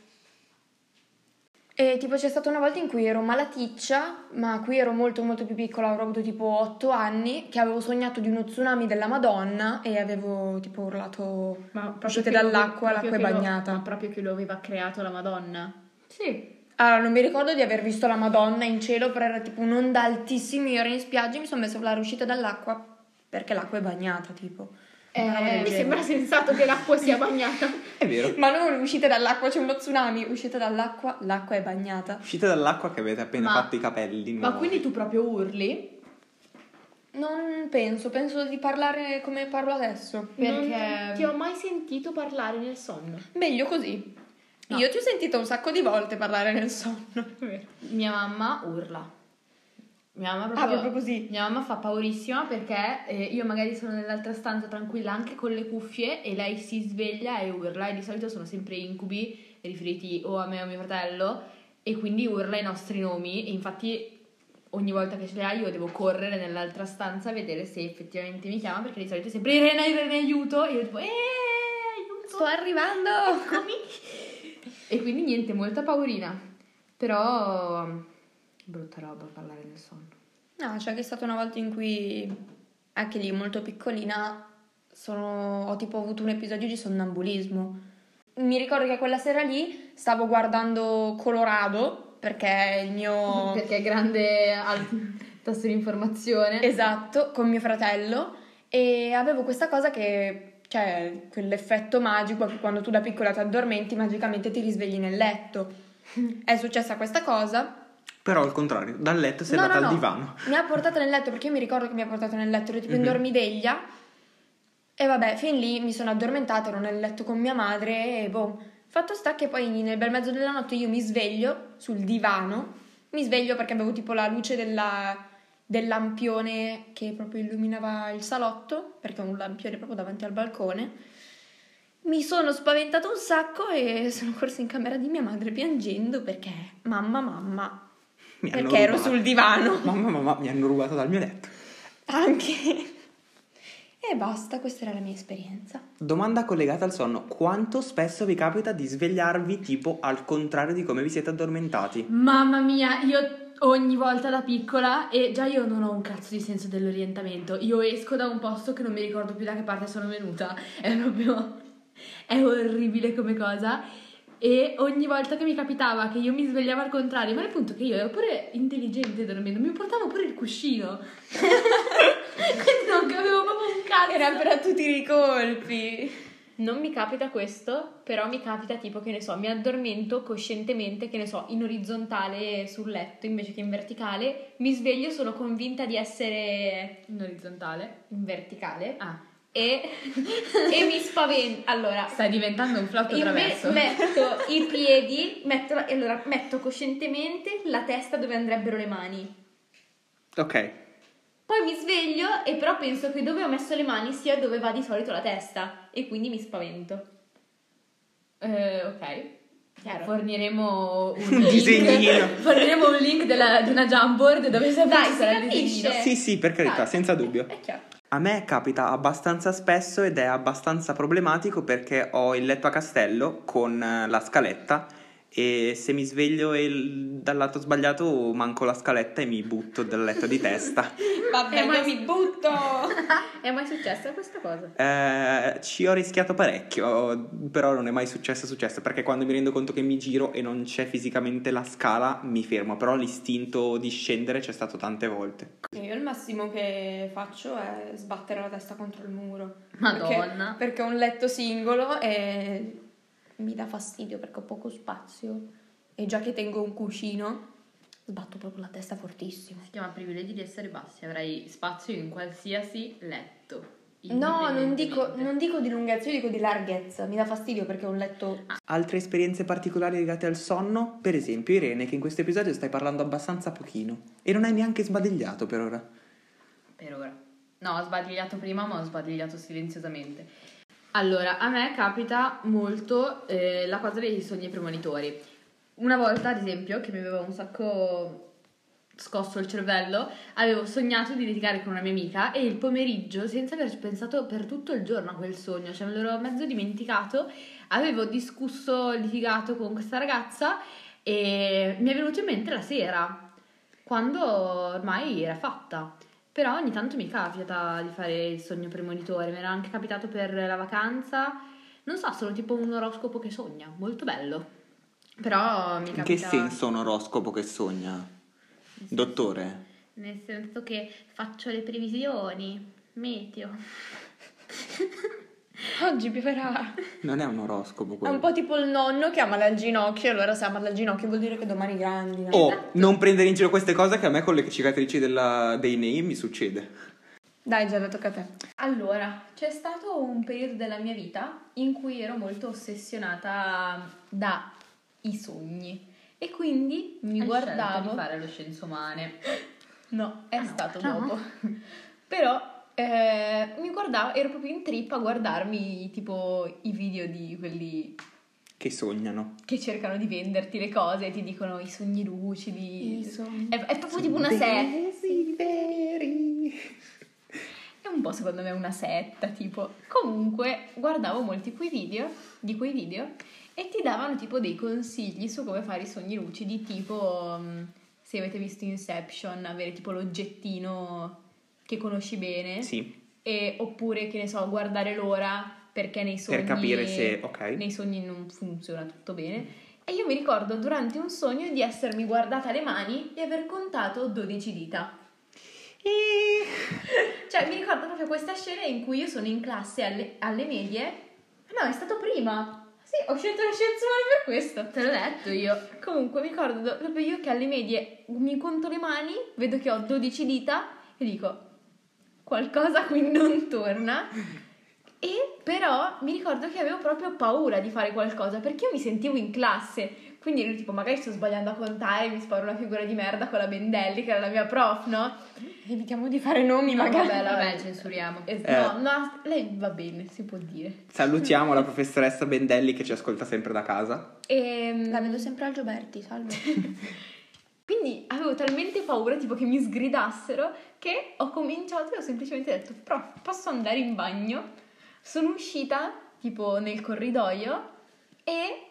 S2: E tipo c'è stata una volta in cui ero malaticcia, ma qui ero molto molto più piccola, avrò avuto tipo 8 anni, che avevo sognato di uno tsunami della Madonna e avevo tipo urlato
S6: Ma proprio
S2: uscite
S6: che lo-
S2: dall'acqua,
S6: proprio
S2: l'acqua è
S6: che lo-
S2: bagnata.
S6: ma proprio che lo aveva creato la Madonna.
S1: Sì.
S2: Allora, non mi ricordo di aver visto la Madonna in cielo, però era tipo un'onda altissima, io ero in spiaggia e mi sono messa a urlare uscite dall'acqua perché l'acqua è bagnata, tipo. Una roba del
S6: Eh, mi
S2: genere.
S6: sembra sensato che l'acqua sia bagnata.
S4: È vero.
S2: Ma non uscite dall'acqua, c'è uno tsunami, uscite dall'acqua, l'acqua è bagnata.
S4: Uscite dall'acqua che avete appena
S6: Ma-
S4: fatto i capelli.
S6: Ma
S4: nuovi.
S6: quindi tu proprio urli?
S2: Non penso, penso di parlare come parlo adesso.
S1: Perché-
S6: Non ti ho mai sentito parlare nel sonno.
S2: Meglio così.
S6: No.
S2: Io ti ho sentito un sacco di volte parlare nel sonno.
S1: Mia mamma urla. Mia mamma
S2: Ah, proprio così.
S1: Mia mamma fa paurissima perché eh, io magari sono nell'altra stanza tranquilla anche con le cuffie e lei si sveglia e urla e di solito sono sempre incubi riferiti o a me o a mio fratello e quindi urla i nostri nomi e infatti ogni volta che ce l'ha io devo correre nell'altra stanza a vedere se effettivamente mi chiama perché di solito è sempre Irene, Irene aiuto e io tipo "Eh, aiuto!"
S2: Sto arrivando!
S1: E quindi niente, molta paurina. Però brutta roba parlare nel sonno.
S2: No, c'è anche stata una volta in cui, anche lì molto piccolina, sono- ho tipo avuto un episodio di sonnambulismo. Mi ricordo che quella sera lì stavo guardando Colorado, perché il mio...
S1: Perché è grande al tasso di informazione.
S2: Esatto, con mio fratello e avevo questa cosa che cioè quell'effetto magico che quando tu da piccola ti addormenti magicamente ti risvegli nel letto. È successa questa cosa.
S4: Però al contrario, dal letto sei
S2: No,
S4: andata
S2: no,
S4: al
S2: no.
S4: divano.
S2: Mi ha portato nel letto perché io mi ricordo che mi ha portato nel letto, ero tipo in
S4: Mhm.
S2: dormiveglia. E vabbè, fin lì mi sono addormentata, ero nel letto con mia madre e boh. Fatto sta che poi nel bel mezzo della notte io mi sveglio sul divano, mi sveglio perché avevo tipo la luce della- del lampione che proprio illuminava il salotto, perché ho un lampione proprio davanti al balcone. Mi sono spaventata un sacco e sono corsa in camera di mia madre piangendo perché mamma mamma,
S4: Mi hanno
S2: perché ero
S4: rubato.
S2: sul divano
S4: Mamma, mamma, mi hanno rubato dal mio letto.
S2: anche. E basta, questa era la mia esperienza.
S4: Domanda collegata al sonno. Quanto spesso vi capita di svegliarvi tipo al contrario di come vi siete addormentati?
S1: Mamma mia, io ogni volta da piccola e già io non ho un cazzo di senso dell'orientamento. Io esco da un posto che non mi ricordo più da che parte sono venuta. È proprio è orribile come cosa. E ogni volta che mi capitava che io mi svegliavo al contrario, ma il punto è che io ero pure intelligente dormendo, mi portavo pure il cuscino. Quindi non capivo proprio un cazzo.
S2: Era per tutti i ricolpi.
S6: Non mi capita questo, però mi capita tipo che ne so, mi addormento coscientemente, che ne so, in orizzontale sul letto invece che in verticale, mi sveglio, sono convinta di essere
S1: in orizzontale.
S6: in verticale
S1: Ah,
S6: e, e mi spavento. Allora,
S1: stai diventando un flotto
S6: io me-
S1: traverso.
S6: metto i piedi, metto, la- e allora, metto coscientemente la testa dove andrebbero le mani.
S4: Ok.
S6: Poi mi sveglio e però penso che dove ho messo le mani sia dove va di solito la testa e quindi mi spavento.
S1: Eh, ok.
S6: Chiaro?
S1: Forniremo un
S4: Disegnino.
S1: link, forniremo un link della- di una Jamboard dove sempre
S6: Dai,
S1: ci
S6: si
S1: sarà il
S6: capisce.
S1: disegnino.
S6: Eh.
S4: Sì, sì, per carità,
S6: Ah.
S4: senza dubbio.
S6: È chiaro.
S4: A me capita abbastanza spesso ed è abbastanza problematico perché ho il letto a castello con eh, la scaletta e se mi sveglio e l- dal lato sbagliato manco la scaletta e mi butto dal letto di testa.
S2: Vabbè,
S6: Eh, ma-
S2: io mi butto!
S6: È mai successa questa cosa?
S4: Eh, ci ho rischiato parecchio, però non è mai successo successo, perché quando mi rendo conto che mi giro e non c'è fisicamente la scala, mi fermo, però l'istinto di scendere c'è stato tante volte.
S2: Io il massimo che faccio è sbattere la testa contro il muro.
S1: Madonna.
S2: Perché, perché ho un letto singolo e mi dà fastidio perché ho poco spazio. E già che tengo un cuscino, sbatto proprio la testa fortissimo.
S1: Si chiama privilegi di essere bassi, avrai spazio in qualsiasi letto.
S2: No, non dico,
S1: indipendentemente.
S2: non dico di lunghezza, io dico di larghezza. Mi dà fastidio perché ho un letto...
S4: Altre esperienze particolari legate al sonno? Per esempio Irene, che in questo episodio stai parlando abbastanza pochino e non hai neanche sbadigliato per ora.
S1: Per ora. No, ho sbadigliato prima, ma ho sbadigliato silenziosamente. Allora, a me capita molto eh, la cosa dei sogni premonitori. Una volta, ad esempio, che mi aveva un sacco scosso il cervello, avevo sognato di litigare con una mia amica e il pomeriggio, senza averci pensato per tutto il giorno a quel sogno, cioè me l'ero mezzo dimenticato, avevo discusso, litigato con questa ragazza e mi è venuto in mente la sera, quando ormai era fatta. Però ogni tanto mi capita di fare il sogno premonitore, mi era anche capitato per la vacanza. Non so, sono tipo un oroscopo che sogna, molto bello. Però mi capita...
S4: In che senso un oroscopo che sogna? Dottore?
S7: Nel senso che faccio le previsioni. Meteo.
S2: Oggi pioverà.
S4: Non è un oroscopo
S2: È
S4: quello.
S2: un po' tipo il nonno che amala il ginocchio, allora se amala il ginocchio vuol dire che domani grandina.
S4: Oh, non prendere in giro queste cose che a me con le cicatrici della- dei nei mi succede.
S2: Dai, già tocca a te.
S6: Allora, c'è stato un periodo della mia vita in cui ero molto ossessionata dai sogni e quindi mi
S1: Hai scelto
S6: guardavo...
S1: di fare lo scienzomane.
S6: No, è
S1: Ah, no.
S6: stato
S1: Ah,
S6: dopo. Però eh, mi guardavo, ero proprio in trippa a guardarmi tipo i video di quelli
S4: Che sognano.
S6: che cercano di venderti le cose e ti dicono i sogni lucidi.
S2: sogni.
S6: È, è proprio tipo una setta. È un po' secondo me una setta, tipo. Comunque guardavo molti quei video, di quei video e ti davano tipo dei consigli su come fare i sogni lucidi, tipo mm, se avete visto Inception, avere tipo l'oggettino che conosci bene
S4: Sì,
S6: e, oppure che ne so, guardare l'ora perché nei sogni
S4: per capire se... Ok.
S6: nei sogni non funziona tutto bene. E io mi ricordo durante un sogno di essermi guardata le mani e aver contato 12 dita. Cioè, mi ricordo proprio questa scena in cui io sono in classe alle, alle medie. No, è stato prima. Sì, ho scelto la scienza umana per questo.
S1: Te l'ho detto io.
S6: Comunque, mi ricordo do- proprio io che alle medie mi conto le mani, vedo che ho 12 dita e dico qualcosa qui non torna. E però mi ricordo che avevo proprio paura di fare qualcosa perché io mi sentivo in classe. Quindi ero tipo, magari sto sbagliando a contare, mi sparo una figura di merda con la Bendelli, che era la mia prof, no?
S2: Evitiamo di fare nomi,
S6: No,
S2: magari.
S6: Ah, vabbè, la-
S1: Vabbè, censuriamo.
S6: Eh,
S4: Eh.
S6: No, no, lei va bene, si può dire.
S4: Salutiamo la professoressa Bendelli che ci ascolta sempre da casa.
S6: Ehm,
S2: La vedo sempre al Gioberti, salve.
S6: Quindi avevo talmente paura, tipo che mi sgridassero, che ho cominciato e ho semplicemente detto, prof, posso andare in bagno? Sono uscita, tipo, nel corridoio e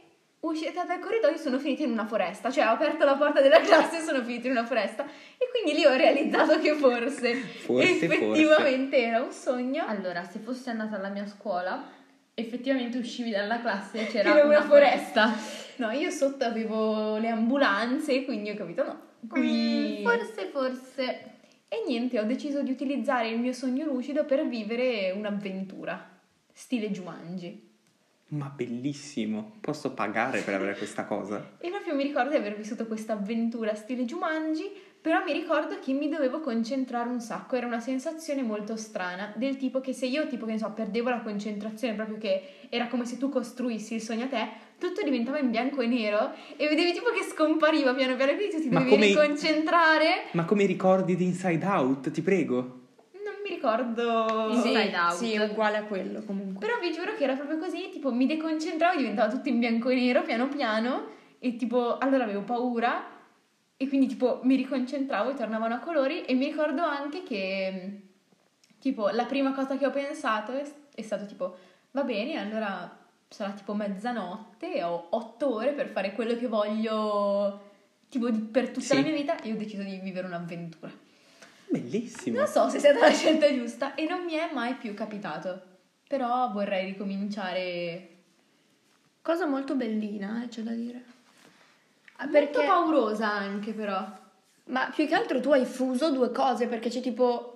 S6: uscita dal corridoio sono finita in una foresta. Cioè, ho aperto la porta della classe e sono finita in una foresta. E quindi lì ho realizzato che forse,
S4: Forse, forse.
S6: effettivamente era un sogno.
S1: Allora, se fossi andata alla mia scuola, effettivamente uscivi dalla classe e c'era
S6: Era
S1: una,
S6: una
S1: foresta.
S6: No, io sotto avevo le ambulanze, quindi ho capito, no, qui...
S1: Mm, Forse, forse.
S6: E niente, ho deciso di utilizzare il mio sogno lucido per vivere un'avventura, stile Jumanji.
S4: Ma bellissimo, posso pagare per avere questa cosa?
S6: E proprio mi ricordo di aver vissuto questa avventura stile Jumanji, però mi ricordo che mi dovevo concentrare un sacco, era una sensazione molto strana, del tipo che se io, tipo che ne so, perdevo la concentrazione, proprio che era come se tu costruissi il sogno a te, tutto diventava in bianco e nero e vedevi tipo che scompariva piano piano, quindi tu ti
S4: Ma
S6: dovevi
S4: come-
S6: riconcentrare.
S4: Ma come i ricordi di Inside Out, ti prego?
S6: Non mi ricordo...
S1: Sì, Inside out.
S2: Sì, uguale a quello comunque.
S6: Però vi giuro che era proprio così, tipo mi deconcentravo, diventava tutto in bianco e nero piano piano e tipo allora avevo paura e quindi tipo mi riconcentravo e tornavano a colori e mi ricordo anche che tipo la prima cosa che ho pensato è, è stato tipo va bene, allora sarà tipo mezzanotte e ho otto ore per fare quello che voglio, tipo di- per tutta
S4: Sì.
S6: la mia vita, io ho deciso di vivere un'avventura.
S4: Bellissimo.
S6: Non so se sia stata la scelta giusta e non mi è mai più capitato, però vorrei ricominciare
S2: Cosa molto bellina, eh, c'è da dire. Ah,
S6: Molto paurosa anche però.
S2: Ma più che altro tu hai fuso due cose perché c'è tipo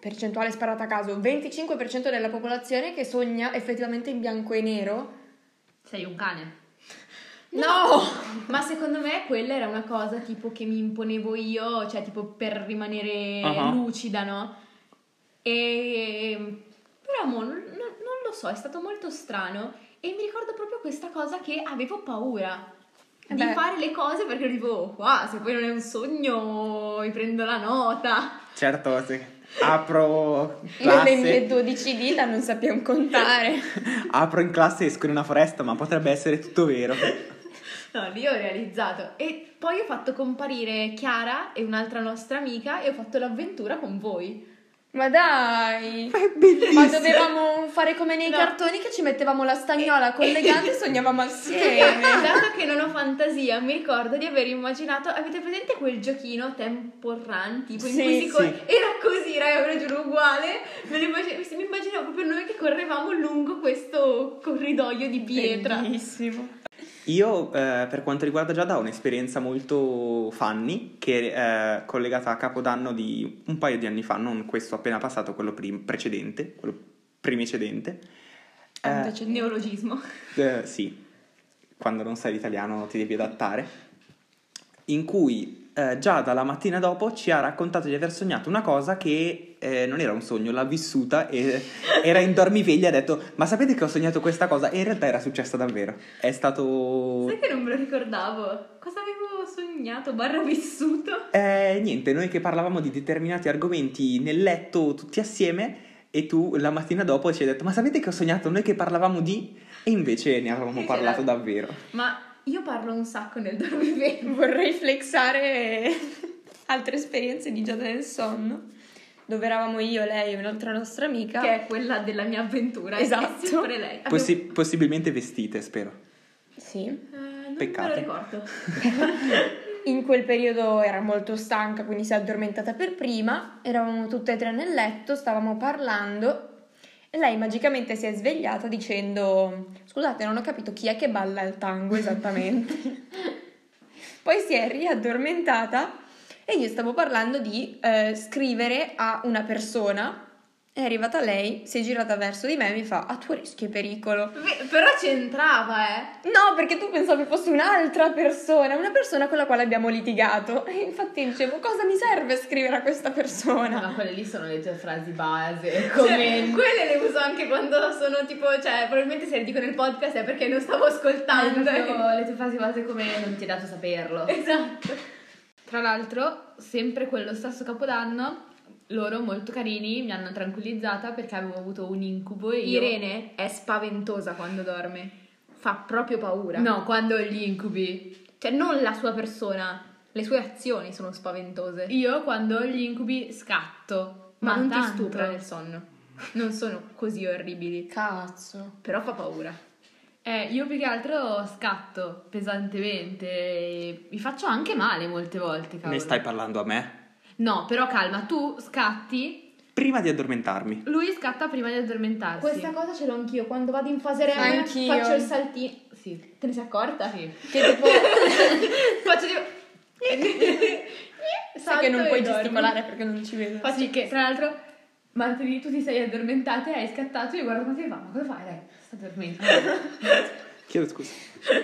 S2: percentuale sparata a caso, 25% della popolazione che sogna effettivamente in bianco e nero.
S1: Sei un cane.
S2: No!
S6: Ma secondo me quella era una cosa tipo che mi imponevo io, cioè tipo per rimanere
S4: Ah.
S6: lucida, no? E però mo, non, non- non lo so, è stato molto strano e mi ricordo proprio questa cosa che avevo paura
S2: Eh
S6: di
S2: beh.
S6: fare le cose perché ero tipo, "Oh, qua, se poi non è un sogno, mi prendo la nota.
S4: Certo, sì. Apro
S2: Io le mie
S4: classe,
S2: 12 dita non sappiamo contare.
S4: apro in classe e esco in una foresta, ma potrebbe essere tutto vero.
S6: No, lì ho realizzato. E poi ho fatto comparire Chiara e un'altra nostra amica e ho fatto l'avventura con voi.
S2: Ma dai!
S4: È bellissimo.
S2: Ma dovevamo fare come nei
S6: No.
S2: cartoni che ci mettevamo la stagnola con le gambe e sognavamo assieme.
S6: E dato che non ho fantasia, mi ricordo di aver immaginato. Avete presente quel giochino Temple Run? Tipo in
S2: Sì,
S6: cui si
S4: sì.
S6: cor- Era così, raga, ve lo giuro, uguale. Me lo immagin- mi immaginavo proprio noi che correvamo lungo questo corridoio di pietra.
S2: Bellissimo.
S4: Io, eh, per quanto riguarda Giada, ho un'esperienza molto fanny che è collegata a Capodanno di un paio di anni fa, non questo appena passato, quello prim- precedente, quello primicedente. Eh,
S6: Neologismo.
S4: eh, sì, quando non sai l'italiano ti devi adattare. In cui eh, Giada la mattina dopo ci ha raccontato di aver sognato una cosa che eh, non era un sogno, l'ha vissuta e era in dormiveglia e ha detto ma sapete che ho sognato questa cosa? E in realtà era successa davvero. È stato...
S6: Sai che non me lo ricordavo? Cosa avevo sognato, barra vissuto?
S4: Eh, niente, noi che parlavamo di determinati argomenti nel letto tutti assieme e tu la mattina dopo ci hai detto ma sapete che ho sognato noi che parlavamo di... E invece ne avevamo
S6: Sì,
S4: parlato
S6: c'era-
S4: davvero.
S6: Ma io parlo un sacco nel dormiveglia.
S2: Vorrei flexare altre esperienze di Giada del sonno, dove eravamo io, lei e un'altra nostra amica.
S1: Esatto.
S6: Che è quella della mia avventura. e
S2: Esatto.
S6: È sempre lei. Avevo-
S4: Possi- possibilmente vestite, spero.
S2: Sì.
S6: Eh, non
S4: Peccato.
S6: me lo ricordo.
S2: In quel periodo era molto stanca, quindi si è addormentata per prima. Eravamo tutte e tre nel letto, stavamo parlando e lei magicamente si è svegliata dicendo: Scusate, non ho capito chi è che balla il tango esattamente. Poi si è riaddormentata e io stavo parlando di eh, scrivere a una persona. È arrivata lei, si è girata verso di me e mi fa: A tuo rischio e pericolo.
S6: Beh, Però c'entrava, eh.
S2: No, perché tu pensavi fosse un'altra persona, una persona con la quale abbiamo litigato. E infatti dicevo, cosa mi serve scrivere a questa persona?
S1: Ma quelle lì sono le tue frasi base.
S6: Cioè,
S1: Come
S6: quelle le uso anche quando sono tipo, cioè, probabilmente se le dico nel podcast è perché non stavo ascoltando.
S1: le tue frasi base come non ti è dato saperlo.
S6: Esatto.
S1: Tra l'altro, sempre quello stesso capodanno, loro molto carini mi hanno tranquillizzata perché avevo avuto un incubo e io...
S6: Irene è spaventosa quando dorme. Fa proprio paura.
S1: No, quando gli incubi.
S6: Cioè, non la sua persona, le sue azioni sono spaventose.
S1: Io quando gli incubi scatto.
S6: Ma, non
S1: tanto.
S6: ti stupra nel sonno. Non sono così orribili.
S2: Cazzo.
S6: Però fa paura.
S1: Eh, io più che altro scatto pesantemente. e Mi faccio anche male molte volte, cavolo.
S4: Ne stai parlando a me?
S1: No, però calma, tu scatti,
S4: Prima di addormentarmi.
S1: lui scatta prima di addormentarsi.
S6: Questa cosa ce l'ho anch'io. Quando vado in fase REM
S2: Anch'io.
S6: faccio il saltino.
S1: Sì.
S6: Te ne sei accorta?
S1: Sì.
S2: Che tipo,
S6: Faccio tipo...
S2: sai che non
S6: Salto
S2: puoi
S6: e dormo.
S2: gesticolare perché non ci vedo.
S1: Sì, che tra l'altro martedì tu ti sei addormentata e hai scattato io guardo Matteo e fa ma cosa fai lei? Sta dormendo.
S4: Chiedo scusa.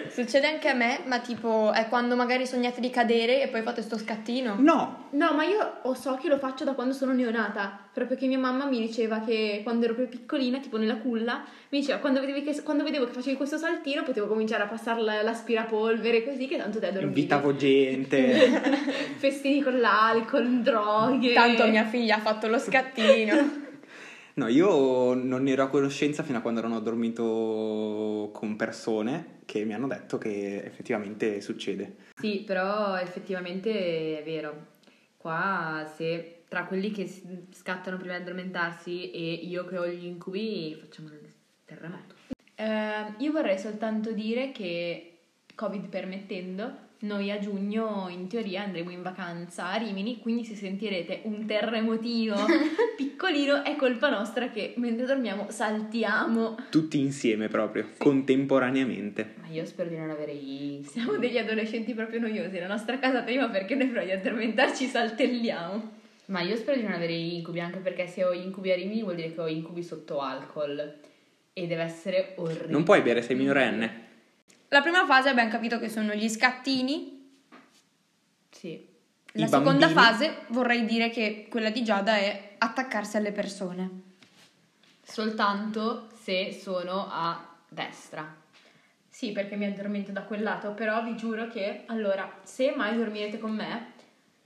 S2: Succede anche a me, ma tipo, è quando magari sognate di cadere e poi fate sto scattino.
S4: No,
S6: No, ma io ho- so che lo faccio da quando sono neonata, proprio che mia mamma mi diceva che quando ero più piccolina, tipo nella culla, mi diceva quando vedevi che- quando vedevo che facevi questo saltino potevo cominciare a passare la- l'aspirapolvere così che tanto te dormivi.
S4: invitavo gente.
S6: Festini con l'alcol, droghe.
S2: Tanto mia figlia ha fatto lo scattino.
S4: No, io non ne ero a conoscenza fino a quando non ho dormito con persone che mi hanno detto che effettivamente succede.
S1: sì, però effettivamente è vero. Qua se tra quelli che s- scattano prima di addormentarsi e io che ho gli incubi facciamo il terremoto.
S6: Eh, io vorrei soltanto dire che, Covid permettendo, noi a giugno in teoria andremo in vacanza a Rimini, quindi se sentirete un terremotino piccolino è colpa nostra che mentre dormiamo saltiamo.
S4: Tutti insieme proprio, contemporaneamente.
S1: Ma io spero di non avere i...
S6: Siamo degli adolescenti proprio noiosi, la nostra casa prima perché noi prima di addormentarci saltelliamo.
S1: Ma io spero di non avere gli incubi, anche perché se ho gli incubi a Rimini vuol dire che ho incubi sotto alcol. E deve essere orribile.
S4: Non puoi bere sei minorenne.
S2: La prima fase abbiamo capito che sono gli scattini.
S1: Sì.
S2: La
S4: I
S2: seconda
S4: bambini.
S2: fase vorrei dire che quella di Giada è attaccarsi alle persone.
S1: Soltanto se sono a destra.
S6: Sì, perché mi addormento da quel lato, però vi giuro che, allora, se mai dormirete con me,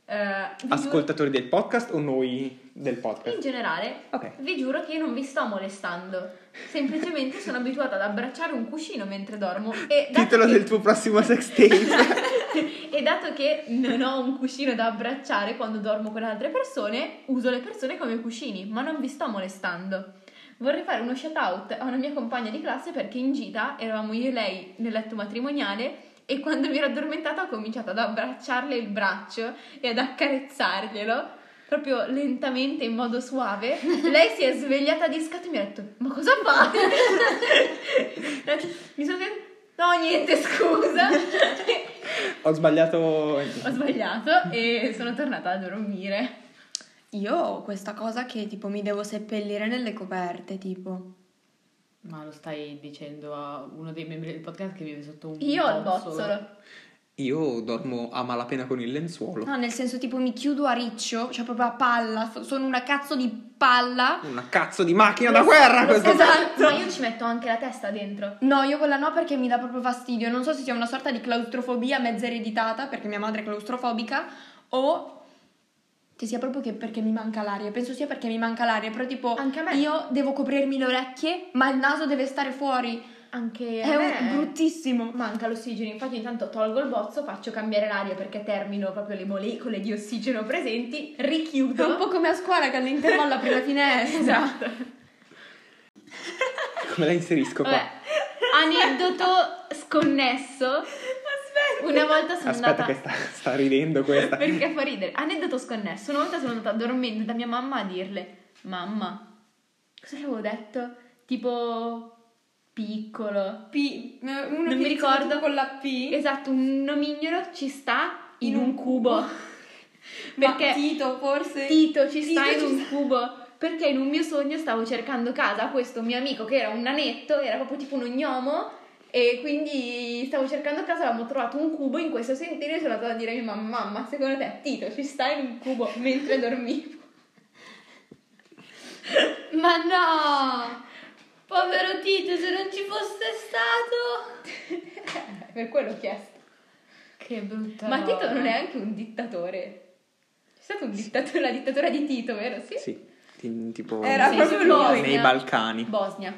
S6: eh, vi giuro-
S4: Ascoltatori del podcast o noi del podcast?
S6: In generale,
S4: Ok.
S6: vi giuro che io non vi sto molestando. Semplicemente sono abituata ad abbracciare un cuscino mentre dormo. E dato
S4: Titolo
S6: Eh, che-
S4: del tuo prossimo sextape.
S6: e dato che non ho un cuscino da abbracciare quando dormo con altre persone, uso le persone come cuscini, ma non vi sto molestando. Vorrei fare uno shout out a una mia compagna di classe perché in gita eravamo io e lei nel letto matrimoniale e quando mi ero addormentata ho cominciato ad abbracciarle il braccio e ad accarezzarglielo proprio lentamente in modo suave. Lei si è svegliata di scatto e mi ha detto "Ma cosa fai?" mi sono detto "No, niente, scusa".
S4: Ho sbagliato.
S6: Ho sbagliato e sono tornata a dormire.
S2: Io ho questa cosa che tipo mi devo seppellire nelle coperte, tipo.
S1: Ma lo stai dicendo a uno dei membri del podcast che vive sotto un
S6: Io ho il
S1: bozzolo.
S6: bozzolo.
S4: Io dormo a malapena con il lenzuolo.
S2: No, nel senso tipo mi chiudo a riccio, cioè proprio a palla, f- sono una cazzo di palla.
S4: Una cazzo di macchina da guerra
S6: Lo
S4: questa.
S6: so,
S2: Esatto.
S6: Ma io ci metto anche la testa dentro.
S2: No, io quella no perché mi dà proprio fastidio. Non so se sia una sorta di claustrofobia mezza ereditata, perché mia madre è claustrofobica, o che sia proprio che perché mi manca l'aria. Penso sia perché mi manca l'aria, però tipo
S6: Anche a me.
S2: io devo coprirmi le orecchie, ma il naso deve stare fuori.
S6: Anche
S2: è un-
S6: a me
S2: bruttissimo.
S6: Manca l'ossigeno, infatti intanto tolgo il bozzo, faccio cambiare l'aria perché termino proprio le molecole di ossigeno presenti,
S2: È un
S6: richiudo. Esatto.
S2: po' come a scuola che all'intervallo apri la finestra.
S4: Come la inserisco qua?
S6: Vabbè, aneddoto sconnesso. Una volta sono
S4: Aspetta,
S6: andata
S4: che sta, sta ridendo questa.
S6: Perché fa ridere. Aneddoto sconnesso. Una volta sono andata dormendo da mia mamma a dirle: Mamma, cosa avevo detto? Tipo piccolo.
S2: P, eh, uno
S6: Non
S2: che
S6: mi
S2: iniziava
S6: ricordo.
S2: tutto con la P.
S6: Esatto, un nomignolo ci sta in,
S2: In
S6: un
S2: un
S6: cubo.
S2: Ma
S6: Perché
S2: Tito forse.
S6: Tito ci sta
S2: Tito
S6: in
S2: ci
S6: un cubo. Perché in un mio sogno stavo cercando casa a questo mio amico che era un nanetto, era proprio tipo un ognomo. E quindi stavo cercando casa, avevamo trovato un cubo in questo sentiero e sono andata a dire a mia mamma, mamma, secondo te Tito ci sta in un cubo mentre dormivo?
S2: Ma no! Povero Tito, se non ci fosse stato...
S6: per quello ho chiesto.
S1: Che brutta
S6: Ma
S1: roba.
S6: Tito non è anche un dittatore. C'è stata un dittatore, la dittatura di Tito, vero? Sì.
S4: Sì, ti- tipo
S2: Era
S4: nei-
S2: proprio lui.
S4: nei Balcani.
S6: Bosnia.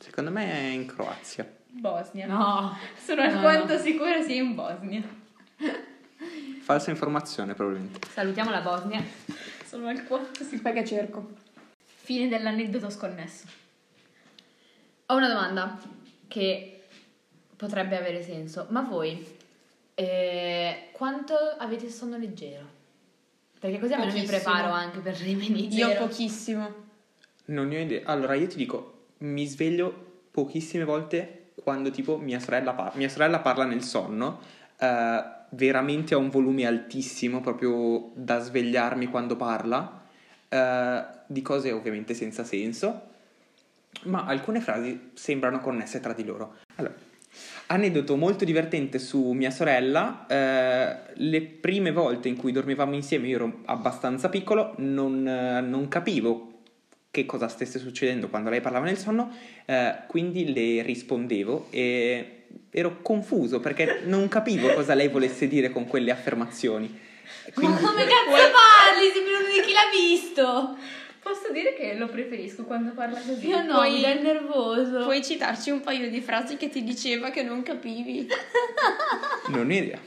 S4: Secondo me è in Croazia.
S6: Bosnia.
S1: No.
S6: Sono
S1: No,
S6: alquanto
S1: no.
S6: sicura sia in Bosnia.
S4: Falsa informazione, probabilmente.
S1: Salutiamo la Bosnia.
S6: Sono alquanto sicura.
S2: Perché cerco.
S6: Fine dell'aneddoto sconnesso.
S1: Ho una domanda che potrebbe avere senso, ma voi eh, quanto avete sonno leggero? Perché così almeno mi
S2: Pochissimo.
S1: preparo
S6: eh.
S1: anche per Rimini.
S2: Io
S1: Zero.
S2: pochissimo.
S4: Non ne ho idea. Allora, io ti dico, mi sveglio pochissime volte quando tipo mia sorella, par- mia sorella parla nel sonno. eh, veramente a un volume altissimo, proprio da svegliarmi quando parla. eh, di cose ovviamente senza senso. Ma alcune frasi sembrano connesse tra di loro. Allora, aneddoto molto divertente su mia sorella. eh, le prime volte in cui dormivamo insieme, io ero abbastanza piccolo, non, eh, non capivo che cosa stesse succedendo quando lei parlava nel sonno, eh, quindi le rispondevo e ero confuso perché non capivo cosa lei volesse dire con quelle affermazioni. Quindi,
S1: Come cazzo parli? Sembri uno di chi l'ha visto.
S6: Posso dire che lo preferisco quando parla così.
S1: Io no,
S2: Puoi-
S1: mi dà nervoso.
S2: Puoi citarci un paio di frasi che ti diceva che non capivi?
S4: non ho idea.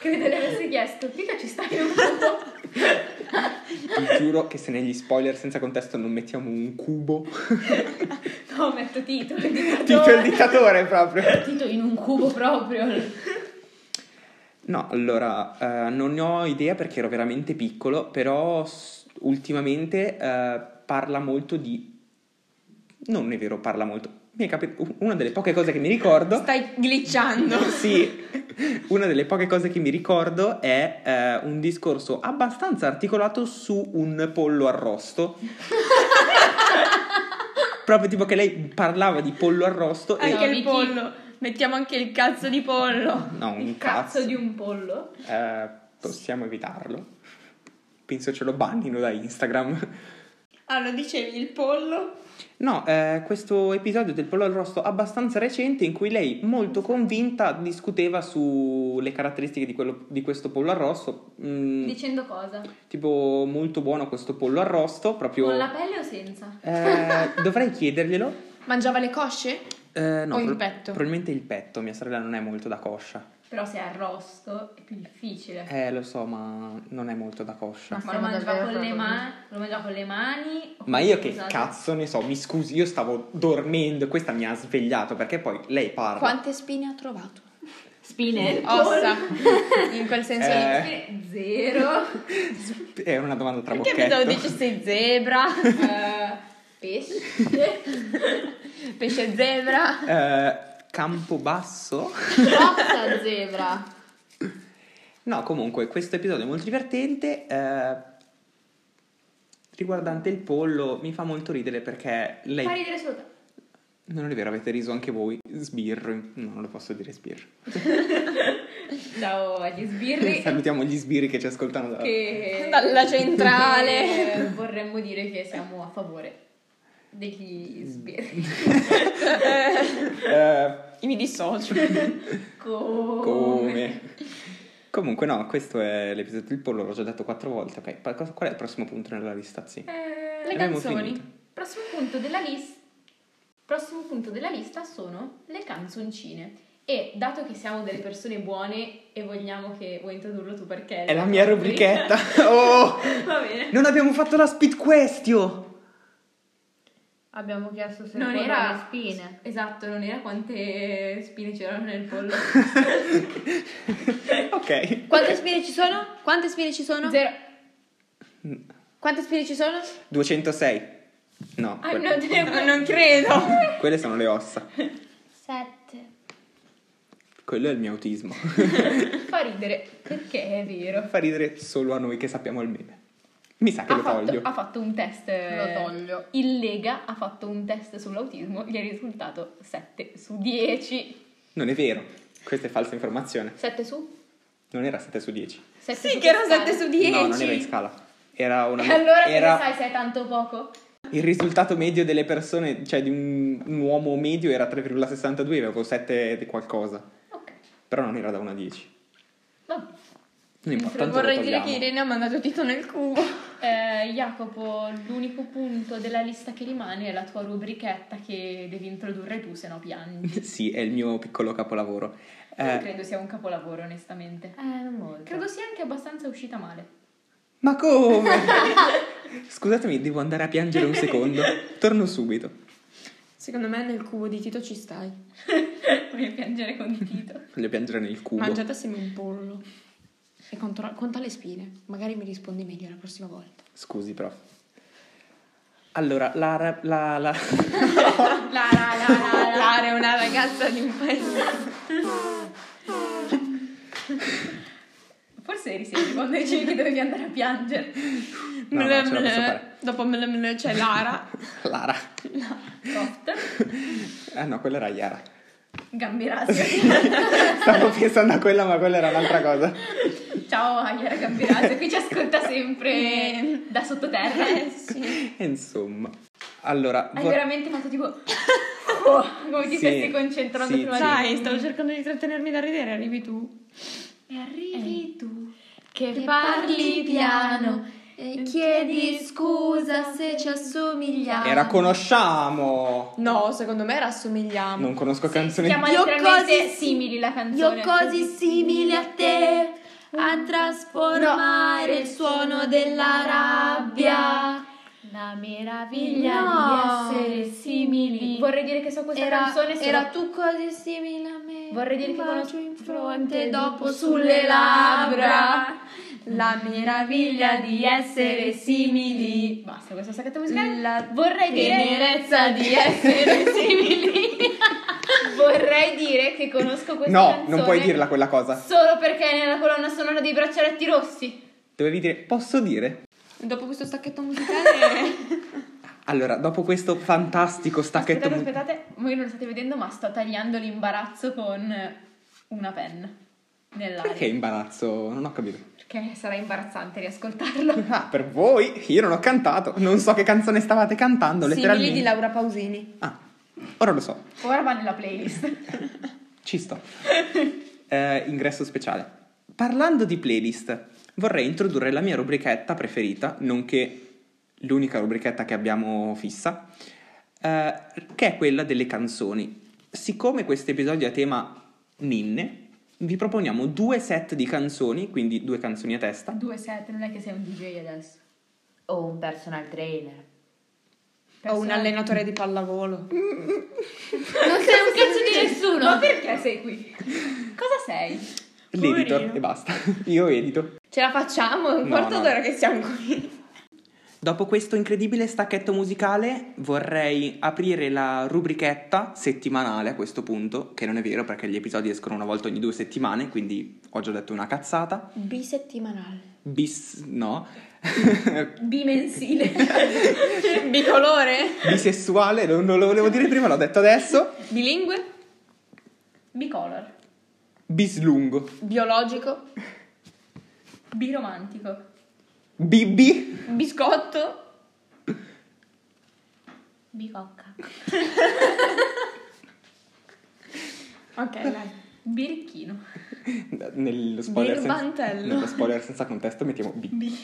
S6: Credo di aversi chiesto, Tito ci sta in un cubo.
S4: Vi giuro che se negli spoiler senza contesto non mettiamo un cubo
S6: No, metto Tito, il dittatore.
S4: Tito il dittatore proprio.
S6: Tito in un cubo proprio.
S4: No, allora, eh, non ne ho idea perché ero veramente piccolo, però s- ultimamente eh, parla molto di... Non è vero, parla molto. Mi è capit- u- una delle poche cose che mi ricordo...
S2: Stai glitchando.
S4: Sì, una delle poche cose che mi ricordo è eh, un discorso abbastanza articolato su un pollo arrosto. Proprio tipo che lei parlava di pollo arrosto e...
S2: Anche
S6: No,
S2: il
S6: Vicky.
S2: pollo. Mettiamo anche il cazzo di pollo.
S4: No, un
S6: Il
S4: cazzo.
S6: cazzo di un pollo.
S4: Eh, possiamo evitarlo. Penso ce lo bannino da Instagram.
S2: Allora, dicevi il pollo.
S4: No, eh, questo episodio del pollo arrosto abbastanza recente in cui lei molto
S6: Esatto.
S4: convinta discuteva sulle caratteristiche di, quello- di questo pollo arrosto. mm,
S6: Dicendo cosa?
S4: tipo molto buono questo pollo arrosto, proprio...
S6: Con la pelle o senza?
S4: Eh, dovrei chiederglielo.
S2: Mangiava le cosce?
S4: Eh, no,
S2: O il
S4: pro-
S2: petto.
S4: Probabilmente il petto, mia sorella non è molto da coscia.
S6: Però se è arrosto è più difficile.
S4: Eh, lo so, ma non è molto da coscia.
S1: Ma
S6: Ma lo
S1: stiamo
S6: mangiava,
S1: davvero
S6: con le
S1: parlando
S6: ma- lo mangiava con le mani? o con
S4: Ma
S6: le
S4: io che
S6: usate?
S4: cazzo ne so, mi scusi, io stavo dormendo e questa mi ha svegliato perché poi lei parla.
S7: Quante spine ha trovato?
S6: Spine?
S2: Ossa. In quel senso lì.
S4: Eh,
S6: Spine? Zero.
S4: È una domanda tra
S2: Perché mi
S4: bocchetto.
S2: dici sei zebra?
S6: Eh, pesce?
S2: Pesce zebra?
S4: Eh, Campobasso?
S1: Forza zebra.
S4: No, comunque, questo episodio è molto divertente. eh, riguardante il pollo, mi fa molto ridere perché lei...
S6: Fa ridere solo te.
S4: Non è vero, avete riso anche voi. Sbirro. No, non lo posso dire sbirro.
S6: Ciao agli sbirri.
S4: Salutiamo gli sbirri che ci ascoltano da...
S6: che
S2: Dalla centrale.
S6: che vorremmo dire che siamo a favore degli sbirri.
S4: Eh,
S2: Mi dissocio.
S6: Come?
S4: come? Comunque no, questo è l'episodio del pollo, l'ho già detto quattro volte. Ok, pa- cosa- qual è il prossimo punto nella lista? Sì.
S6: Eh,
S2: Le
S4: Abbiamo
S2: canzoni.
S4: finito.
S6: prossimo punto della lista. Prossimo punto della lista sono le canzoncine. E dato che siamo delle persone buone e vogliamo che vuoi introdurlo tu perché
S4: È la mia rubrichetta. Oh!
S6: Va bene.
S4: Non abbiamo fatto la speed question!
S1: Abbiamo chiesto se
S6: Non
S1: non
S6: era-
S1: era le spine.
S6: Esatto, non era quante spine c'erano nel pollo.
S4: Ok.
S7: Quante spine ci sono? Quante spine ci sono?
S6: Zero.
S4: Mm.
S7: Quante spine ci sono?
S4: 206. No,
S6: Ah,
S4: que-
S6: no, devo-
S2: Non credo.
S4: quelle sono le ossa.
S7: Sette.
S4: Quello è il mio autismo.
S6: Fa ridere perché è vero.
S4: Fa ridere solo a noi che sappiamo il meme. Mi sa che
S6: Ha
S4: lo
S6: Ah, fatto,
S4: toglio.
S6: ha fatto un test. eh,
S1: Lo toglio.
S6: Il Lega ha fatto un test sull'autismo, gli è risultato 7 su 10.
S4: Non è vero. Questa è falsa informazione.
S6: 7 su?
S4: Non era 7 su 10.
S6: 7
S2: Sì, che era
S6: scala.
S2: 7 su
S4: No, non era
S2: 10.
S4: in scala. Era una
S6: E allora
S4: era
S6: che ne sai se è tanto poco?
S4: il risultato medio delle persone, cioè di un, un uomo medio era 3,62, avevo 7 di qualcosa.
S6: Ok,
S4: Però non era da 1 a 10.
S6: vabbè.
S4: Non importa, tanto lo
S2: Vorrei dire che
S4: togliamo.
S2: Irene ha mandato Tito nel cubo.
S6: Eh, Jacopo, l'unico punto della lista che rimane è la tua rubrichetta che devi introdurre tu, se no piangi.
S4: Sì, è il mio piccolo capolavoro.
S6: Non
S4: Eh,
S6: credo sia un capolavoro, onestamente.
S1: Eh, non molto.
S6: Credo sia anche abbastanza uscita male.
S4: ma come? Scusatemi, devo andare a piangere un secondo. Torno subito.
S2: Secondo me nel cubo di Tito ci stai.
S6: Voglio piangere con Tito.
S4: Voglio piangere nel cubo.
S2: Mangiata sembra un pollo.
S7: E contro- conta le spine. Magari mi rispondi meglio la prossima volta.
S4: Scusi, prof. Allora, la- la, la,
S2: La la la la la è una ragazza di un paese.
S6: Forse eri serio quando dicevi che dovevi andare a piangere.
S4: No, no, ce la posso fare.
S2: Dopo me le- me le- c'è Lara.
S4: Lara.
S6: Soft,
S4: Ah no, quella era Yara.
S6: Gambirasio.
S4: Stavo pensando a quella, ma quella era un'altra cosa.
S6: Ciao Ayara Gambirasio, qui ci ascolta sempre da sottoterra.
S2: Eh,
S4: E Insomma. Allora,
S6: Hai
S4: vor-
S6: veramente fatto tipo... Oh, come ti
S4: Sì,
S6: stessi concentrando
S4: sì,
S6: prima
S4: sì.
S6: di...
S2: Dai, stavo cercando di trattenermi da ridere, arrivi tu.
S6: E arrivi tu
S7: Che
S6: parli piano
S7: e
S6: chiedi scusa se ci
S7: assomigliamo.
S4: Era conosciamo.
S2: No, secondo me rassomigliamo.
S4: Non conosco
S6: Si
S4: canzoni.
S6: chiama
S7: Io
S6: letteralmente
S7: cose-
S6: simili la canzone.
S7: Io così simile a te a trasformare il suono della rabbia.
S6: La la meraviglia
S2: No.
S6: di essere simili. Vorrei dire che so questa
S2: Era,
S6: canzone solo-
S2: era tu così simile a me.
S6: Vorrei dire che
S2: un
S6: conosco-
S2: bacio in
S6: fronte,
S2: fronte, dopo
S6: dopo
S2: sulle
S6: sulle
S2: labbra. La meraviglia di essere simili.
S6: Basta, questa staccata musicale.
S2: La
S6: Vorrei dire
S1: tenerezza di essere
S6: simili. Vorrei dire che conosco questa
S4: No,
S6: canzone.
S4: non puoi dirla quella cosa.
S6: Solo perché è nella colonna sonora dei braccialetti rossi.
S4: Dovevi dire, posso dire?
S2: Dopo questo stacchetto musicale.
S4: Allora, dopo questo fantastico stacchetto...
S6: Aspettate,
S4: mu-
S6: aspettate, voi non lo state vedendo, ma sto tagliando l'imbarazzo con una penna nell'aria.
S4: Perché imbarazzo? Non ho capito.
S6: Perché sarà imbarazzante riascoltarlo.
S4: Ah, per voi? Io non ho cantato. Non so che canzone stavate cantando,
S2: simili
S4: letteralmente.
S2: di Laura Pausini.
S4: Ah, ora lo so.
S6: Ora va nella playlist.
S4: Ci sto. Eh, ingresso speciale. Parlando di playlist, vorrei introdurre la mia rubrichetta preferita, nonché l'unica rubrichetta che abbiamo fissa, eh, che è quella delle canzoni. Siccome questo episodio è a tema ninne, vi proponiamo due set di canzoni, quindi due canzoni a testa.
S6: 2-7, non è che sei un DJ adesso.
S1: O un personal trainer.
S2: O un allenatore di pallavolo.
S6: Non sei un cazzo di nessuno. Ma perché sei qui? Cosa sei?
S4: L'editor e basta. Io edito.
S2: Ce la facciamo? È un
S4: No,
S2: quarto
S4: no.
S2: d'ora che siamo qui.
S4: Dopo questo incredibile stacchetto musicale vorrei aprire la rubrichetta settimanale a questo punto, che non è vero perché gli episodi escono una volta ogni due settimane, quindi ho già detto una cazzata.
S7: Bisettimanale.
S4: Bis, no,
S6: Bimensile.
S2: Bicolore?
S4: bisessuale, non, non lo volevo dire prima, l'ho detto adesso.
S2: Bilingue?
S6: Bicolor.
S4: Bislungo.
S2: Biologico?
S6: Biromantico.
S4: Bibi.
S2: Biscotto?
S6: Bicocca.
S2: Ok, dai.
S6: Birichino.
S4: Nello spoiler, senza,
S2: Birbantello.
S4: nello spoiler senza contesto mettiamo B.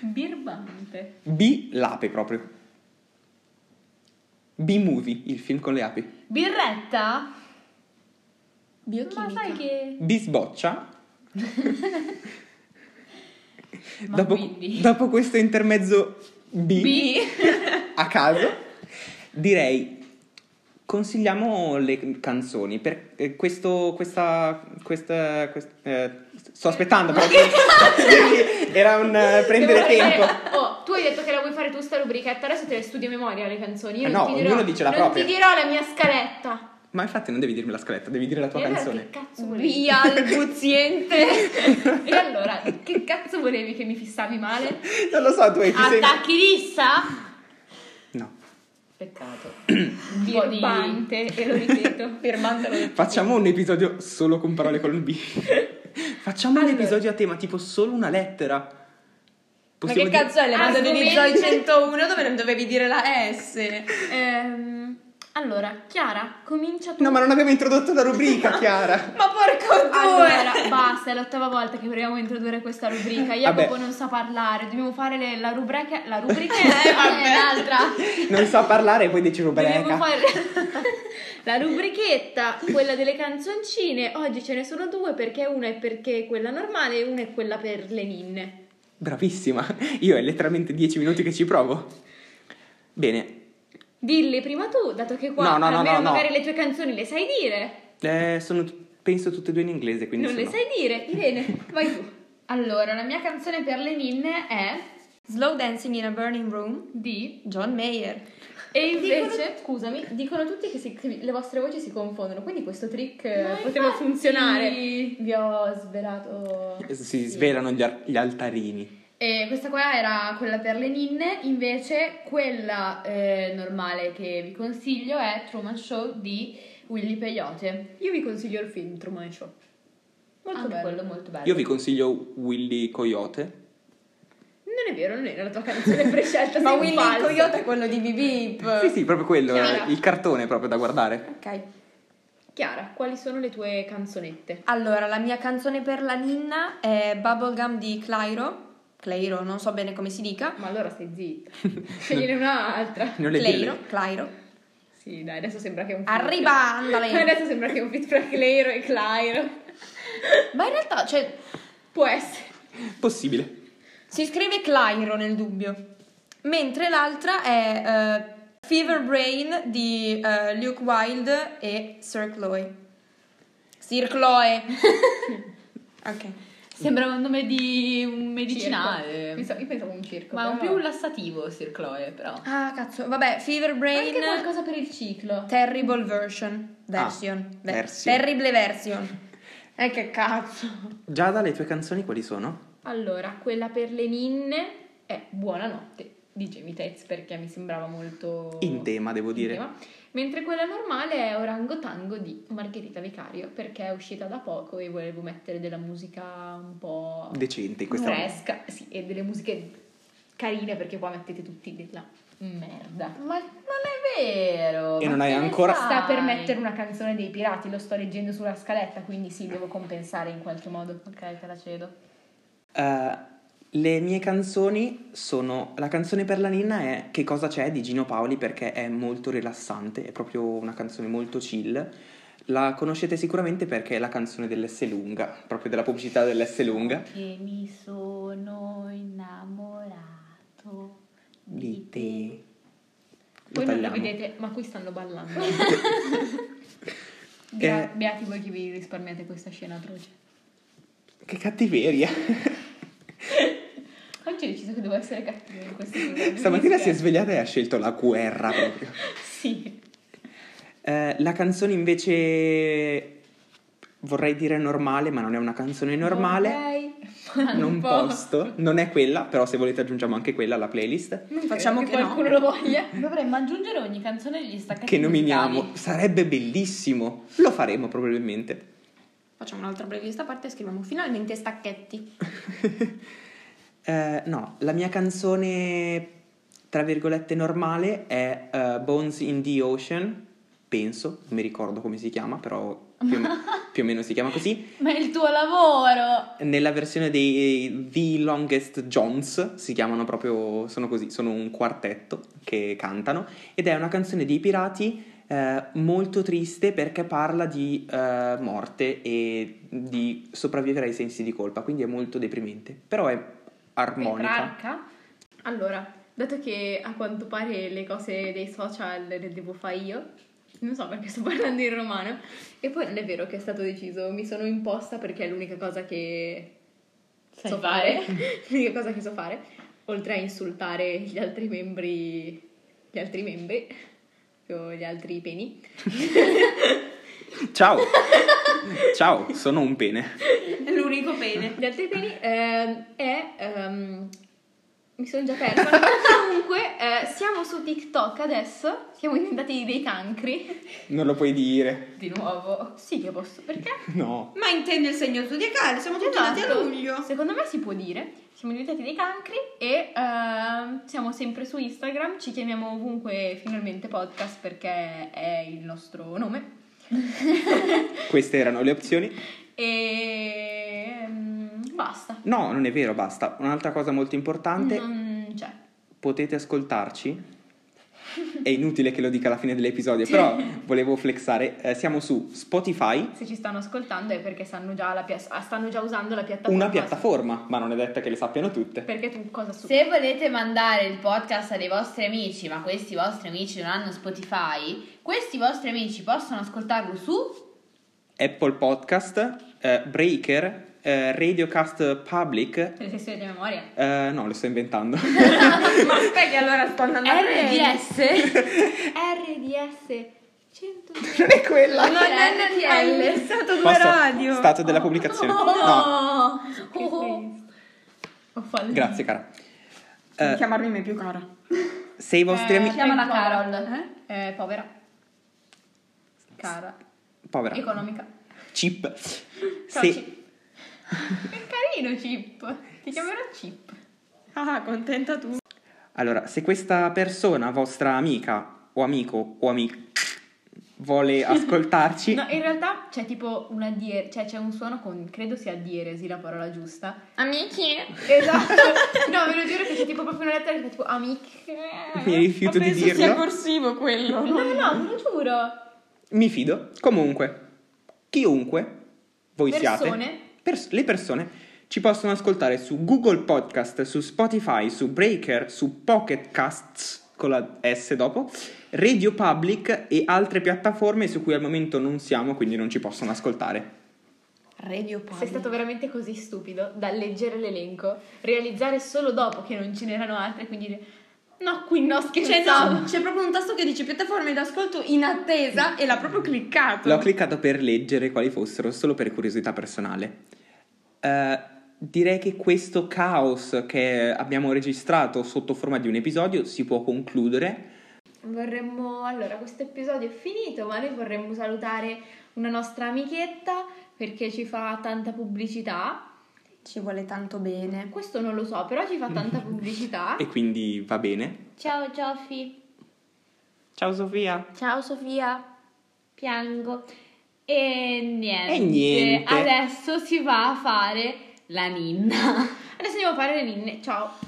S6: Birbante.
S4: B l'ape proprio. B-movie, il film con le api.
S6: Birretta? Ma
S2: Biochimica.
S6: sai che...
S4: Bisboccia,
S6: Ma
S4: Dopo,
S6: quindi...
S4: dopo questo intermezzo B, a caso, direi consigliamo le canzoni. Per, eh, questo, questa, questa, quest- eh, sto aspettando proprio. Era un eh, prendere
S6: Devo fare-
S4: tempo.
S6: Oh, tu hai detto che la vuoi fare tu sta rubrichetta, adesso te le studi a memoria le canzoni. Io
S4: Eh
S6: non
S4: no,
S6: ti dirò,
S4: ognuno dice la
S6: non
S4: propria.
S6: ti dirò la mia scaletta.
S4: Ma infatti non devi dirmi la scaletta, devi dire la tua
S6: E allora
S4: canzone.
S6: che cazzo volevi?
S2: Via il quoziente.
S6: E allora, che cazzo volevi che mi fissavi male?
S4: Non lo so, tu hai ti sei...
S6: Attacchi rissa?
S4: No.
S1: Peccato.
S6: Birbante, e lo ripeto.
S2: Firmandolo.
S4: Facciamo un episodio solo con parole con B. Facciamo un
S6: Allora.
S4: episodio a tema, tipo solo una lettera.
S2: Ma
S4: Possiamo
S2: che
S4: dire-
S2: cazzo è l'episodio di Zoe
S6: Argomenti.
S2: 101 dove non dovevi dire la S?
S6: Ehm, allora, Chiara, comincia tu.
S4: No, ma non abbiamo introdotto la rubrica, Chiara.
S2: Ma porco
S6: Allora,
S2: due!
S6: basta, è l'ottava volta che proviamo a introdurre questa rubrica. Jacopo non sa parlare, dobbiamo fare le- la rubrica. La rubrica è
S2: vabbè.
S6: l'altra.
S4: Non so parlare e poi dici
S6: Dobbiamo
S4: rubrica.
S6: fare la rubrichetta, quella delle canzoncine. Oggi ce ne sono due perché una è perché è quella normale e una è quella per le ninne.
S4: Bravissima. Io è letteralmente 10 minuti che ci provo. Bene.
S6: Dilli prima tu, dato che qua
S4: No, no, no,
S6: almeno
S4: no, no.
S6: magari le tue canzoni le sai dire.
S4: Eh, sono t- penso tutte e due in inglese, quindi
S6: non le
S4: sono-
S6: sai dire. Irene, vai tu.
S1: Allora, la mia canzone per le ninne è
S2: Slow Dancing in a Burning Room,
S1: di...
S2: John Mayer.
S1: E invece...
S6: Dicono- scusami, dicono tutti che, si- che le vostre voci si confondono, quindi questo trick eh,
S1: Ma
S6: poteva
S1: infatti-
S6: funzionare. Vi ho svelato.
S4: Eh, Si svelano gli, ar- gli altarini.
S1: E questa qua era quella per le ninne, invece quella eh, normale che vi consiglio è Truman Show di Willy Peyote.
S6: Io vi consiglio il film Truman Show. Molto
S1: Anche
S6: Ah, bello.
S1: quello molto bello.
S4: Io vi consiglio Willy Coyote.
S6: Non è vero, non era la tua canzone prescelta.
S2: Ma
S6: sei un
S2: Willy il
S6: falso.
S2: Coyote è quello di Bibip.
S4: Sì, sì, proprio quello,
S6: Chiara.
S4: eh, il cartone proprio da guardare.
S2: Ok.
S6: Chiara, quali sono le tue canzonette?
S2: Allora, la mia canzone per la ninna è Bubblegum di Clairo. Clairo, non so bene come si dica.
S6: Ma allora stai zitta. Scegliene un'altra.
S4: Non le
S2: Clairo,
S4: dirle.
S2: Clairo.
S6: Sì, dai, adesso sembra che è un fit.
S2: Arriva, andale.
S6: Adesso sembra che è un fit fra Cleiro e Clairo.
S2: Ma in realtà, cioè,
S6: Può essere.
S4: Possibile.
S2: si scrive Clairo nel dubbio. mentre l'altra è eh, Fever Brain di eh, Luke Wilde e Sir Chloe. Sir Chloe. ok.
S1: Sembra un nome di un
S6: Circo.
S1: medicinale.
S6: Pensavo- io pensavo un circo.
S1: Ma è un
S6: però-
S1: più un lassativo Sir Chloe, però.
S2: Ah, cazzo. Vabbè, Fever Brain.
S6: Anche qualcosa per il ciclo.
S2: Terrible version. Version. Ver-
S4: Ah, version.
S2: Terrible version. Eh, che cazzo.
S4: Giada, le tue canzoni quali sono?
S6: Allora, quella per le ninne è Buonanotte di Jamie Tez perché mi sembrava molto...
S4: In tema, devo
S6: in
S4: dire.
S6: tema. Mentre quella normale è Orango Tango di Margherita Vicario perché è uscita da poco e volevo mettere della musica un po'
S4: Decente in questa
S6: fresca sì, e delle musiche carine perché qua mettete tutti della merda.
S1: Ma non è vero.
S4: E
S1: ma
S4: non hai
S1: che ne
S4: ancora-
S1: sai?
S6: Sta per mettere una canzone dei pirati, lo sto leggendo sulla scaletta, quindi sì, devo compensare in qualche modo.
S1: Ok, te la cedo.
S4: Eh, le mie canzoni sono. La canzone per la ninna è Che cosa c'è di Gino Paoli perché è molto rilassante, è proprio una canzone molto chill. La conoscete sicuramente perché è la canzone dell'S lunga, proprio della pubblicità dell'S lunga.
S1: Che mi sono innamorato
S4: Di te. Lo
S6: Voi non lo
S4: tagliamo. Eh.
S6: vedete, ma qui stanno ballando.
S4: Gra-
S6: Beati voi che vi risparmiate questa scena atroce.
S4: Che cattiveria!
S6: Oggi ho deciso che devo essere cattiva in questo video.
S4: Stamattina si è svegliata e ha scelto la guerra proprio.
S6: Sì.
S4: Eh, la canzone invece vorrei dire normale, ma non è una canzone normale. Non posto, non è quella, però se volete aggiungiamo anche quella alla playlist
S2: Non facciamo
S6: che
S2: che no.
S6: qualcuno lo voglia.
S1: Dovremmo aggiungere ogni canzone degli staccati.
S4: che nominiamo.
S1: musicali.
S4: Sarebbe bellissimo. Lo faremo probabilmente.
S2: Facciamo un'altra playlist a parte e scriviamo finalmente stacchetti.
S4: Eh, no, la mia canzone tra virgolette normale è eh, Bones in the Ocean, penso, non mi ricordo come si chiama, però più o me- più o meno si chiama così.
S1: Ma è il tuo lavoro!
S4: Nella versione dei The Longest Johns si chiamano proprio, sono così, sono un quartetto che cantano ed è una canzone dei pirati eh, molto triste perché parla di eh, morte e di sopravvivere ai sensi di colpa, quindi è molto deprimente, però è armonica.
S6: Petrarca. Allora, dato che a quanto pare le cose dei social le devo fare io, non so perché sto parlando in romano, e poi non è vero che è stato deciso, mi sono imposta perché è l'unica cosa che
S1: Sai
S6: so fare, l'unica cosa che so fare, oltre a insultare gli altri membri, gli altri membri, o gli altri peni,
S4: Ciao! Ciao, sono un pene.
S2: L'unico pene.
S6: gli altri peni ehm, è... ehm, mi sono già persa. Comunque, eh, siamo su TikTok adesso, siamo diventati dei cancri.
S4: Non lo puoi dire.
S1: Di nuovo.
S6: Sì che posso, perché?
S4: No.
S2: Ma intende il segno zodiacale, siamo tutti
S6: Esatto.
S2: nati a luglio.
S6: Secondo me si può dire, siamo diventati dei cancri e ehm, siamo sempre su Instagram, ci chiamiamo ovunque finalmente podcast perché è il nostro nome.
S4: Queste erano le opzioni.
S6: E ehm, basta.
S4: No, non è vero, basta. Un'altra cosa molto importante.
S6: Non c'è.
S4: potete ascoltarci. È inutile che lo dica alla fine dell'episodio, però volevo flexare. Eh, siamo su Spotify,
S6: Se ci stanno ascoltando è perché stanno già, la pia- ah, stanno già usando la piattaforma.
S4: una piattaforma, ma non è detta che le sappiano tutte.
S6: Perché tu cosa su?
S1: Se volete mandare il podcast ai vostri amici, ma questi vostri amici non hanno Spotify, questi vostri amici possono ascoltarlo su
S4: Apple Podcast, eh, Breaker, eh, Radiocast Public.
S6: Le sessioni di memoria.
S4: eh, no, le sto inventando.
S2: Ma aspetta, che allora sto andando a
S1: RDS.
S6: RDS 100.
S4: non è quella.
S2: Non è
S1: RTL.
S2: hai messato due
S4: Posso-
S2: radio.
S4: Stato della pubblicazione. No,
S1: Oh.
S6: Ho fallito.
S4: grazie cara.
S2: Non
S4: Eh,
S2: Chiamarmi mai più cara. Eh,
S4: se i vostri amici...
S1: Chiamala Carol.
S6: Eh, povera. Cara.
S4: Povera.
S2: ecco.
S6: Economica.
S4: Chip.
S6: Ciao,
S4: Se-
S6: Chip. Che carino Chip. Ti chiamerò Chip.
S2: Ah, contenta tu.
S4: Allora, se questa persona, vostra amica o amico o amica, vuole ascoltarci,
S6: No, in realtà c'è tipo una die- cioè c'è un suono con credo sia dieresi la parola giusta.
S2: Amici.
S6: Esatto. No, ve lo giuro che c'è tipo proprio una lettera che fa tipo amiche.
S4: mi rifiuto di
S2: penso sia
S4: dirlo,
S2: corsivo quello.
S6: No, no, no, ve lo giuro.
S4: mi fido. Comunque, chiunque voi
S6: Persone.
S4: siate, pers- le persone Ci possono ascoltare su Google Podcast, su Spotify, su Breaker, su Pocket Casts con la S dopo, Radio Public e altre piattaforme su cui al momento non siamo, quindi non ci possono ascoltare.
S7: Radio Public.
S6: Sei stato veramente così stupido da leggere l'elenco, realizzare solo dopo che non ce n'erano altre, quindi dire no, qui no,
S2: Cioè,
S6: scherzavo.
S2: no, c'è proprio un tasto che dice piattaforme d'ascolto in attesa e l'ha proprio cliccato.
S4: L'ho cliccato per leggere quali fossero, solo per curiosità personale. Eh, direi che questo caos che abbiamo registrato sotto forma di un episodio si può concludere.
S6: Vorremmo, allora, questo episodio è finito, ma noi vorremmo salutare una nostra amichetta perché ci fa tanta pubblicità.
S2: Ci vuole tanto bene.
S6: Questo non lo so, però ci fa tanta pubblicità.
S4: E quindi va bene.
S8: Ciao Gioffi.
S4: Ciao Sofia!
S8: Ciao Sofia. Piango. E niente.
S4: E niente.
S8: Adesso si va a fare la ninna.
S6: Adesso andiamo a fare le ninne. Ciao.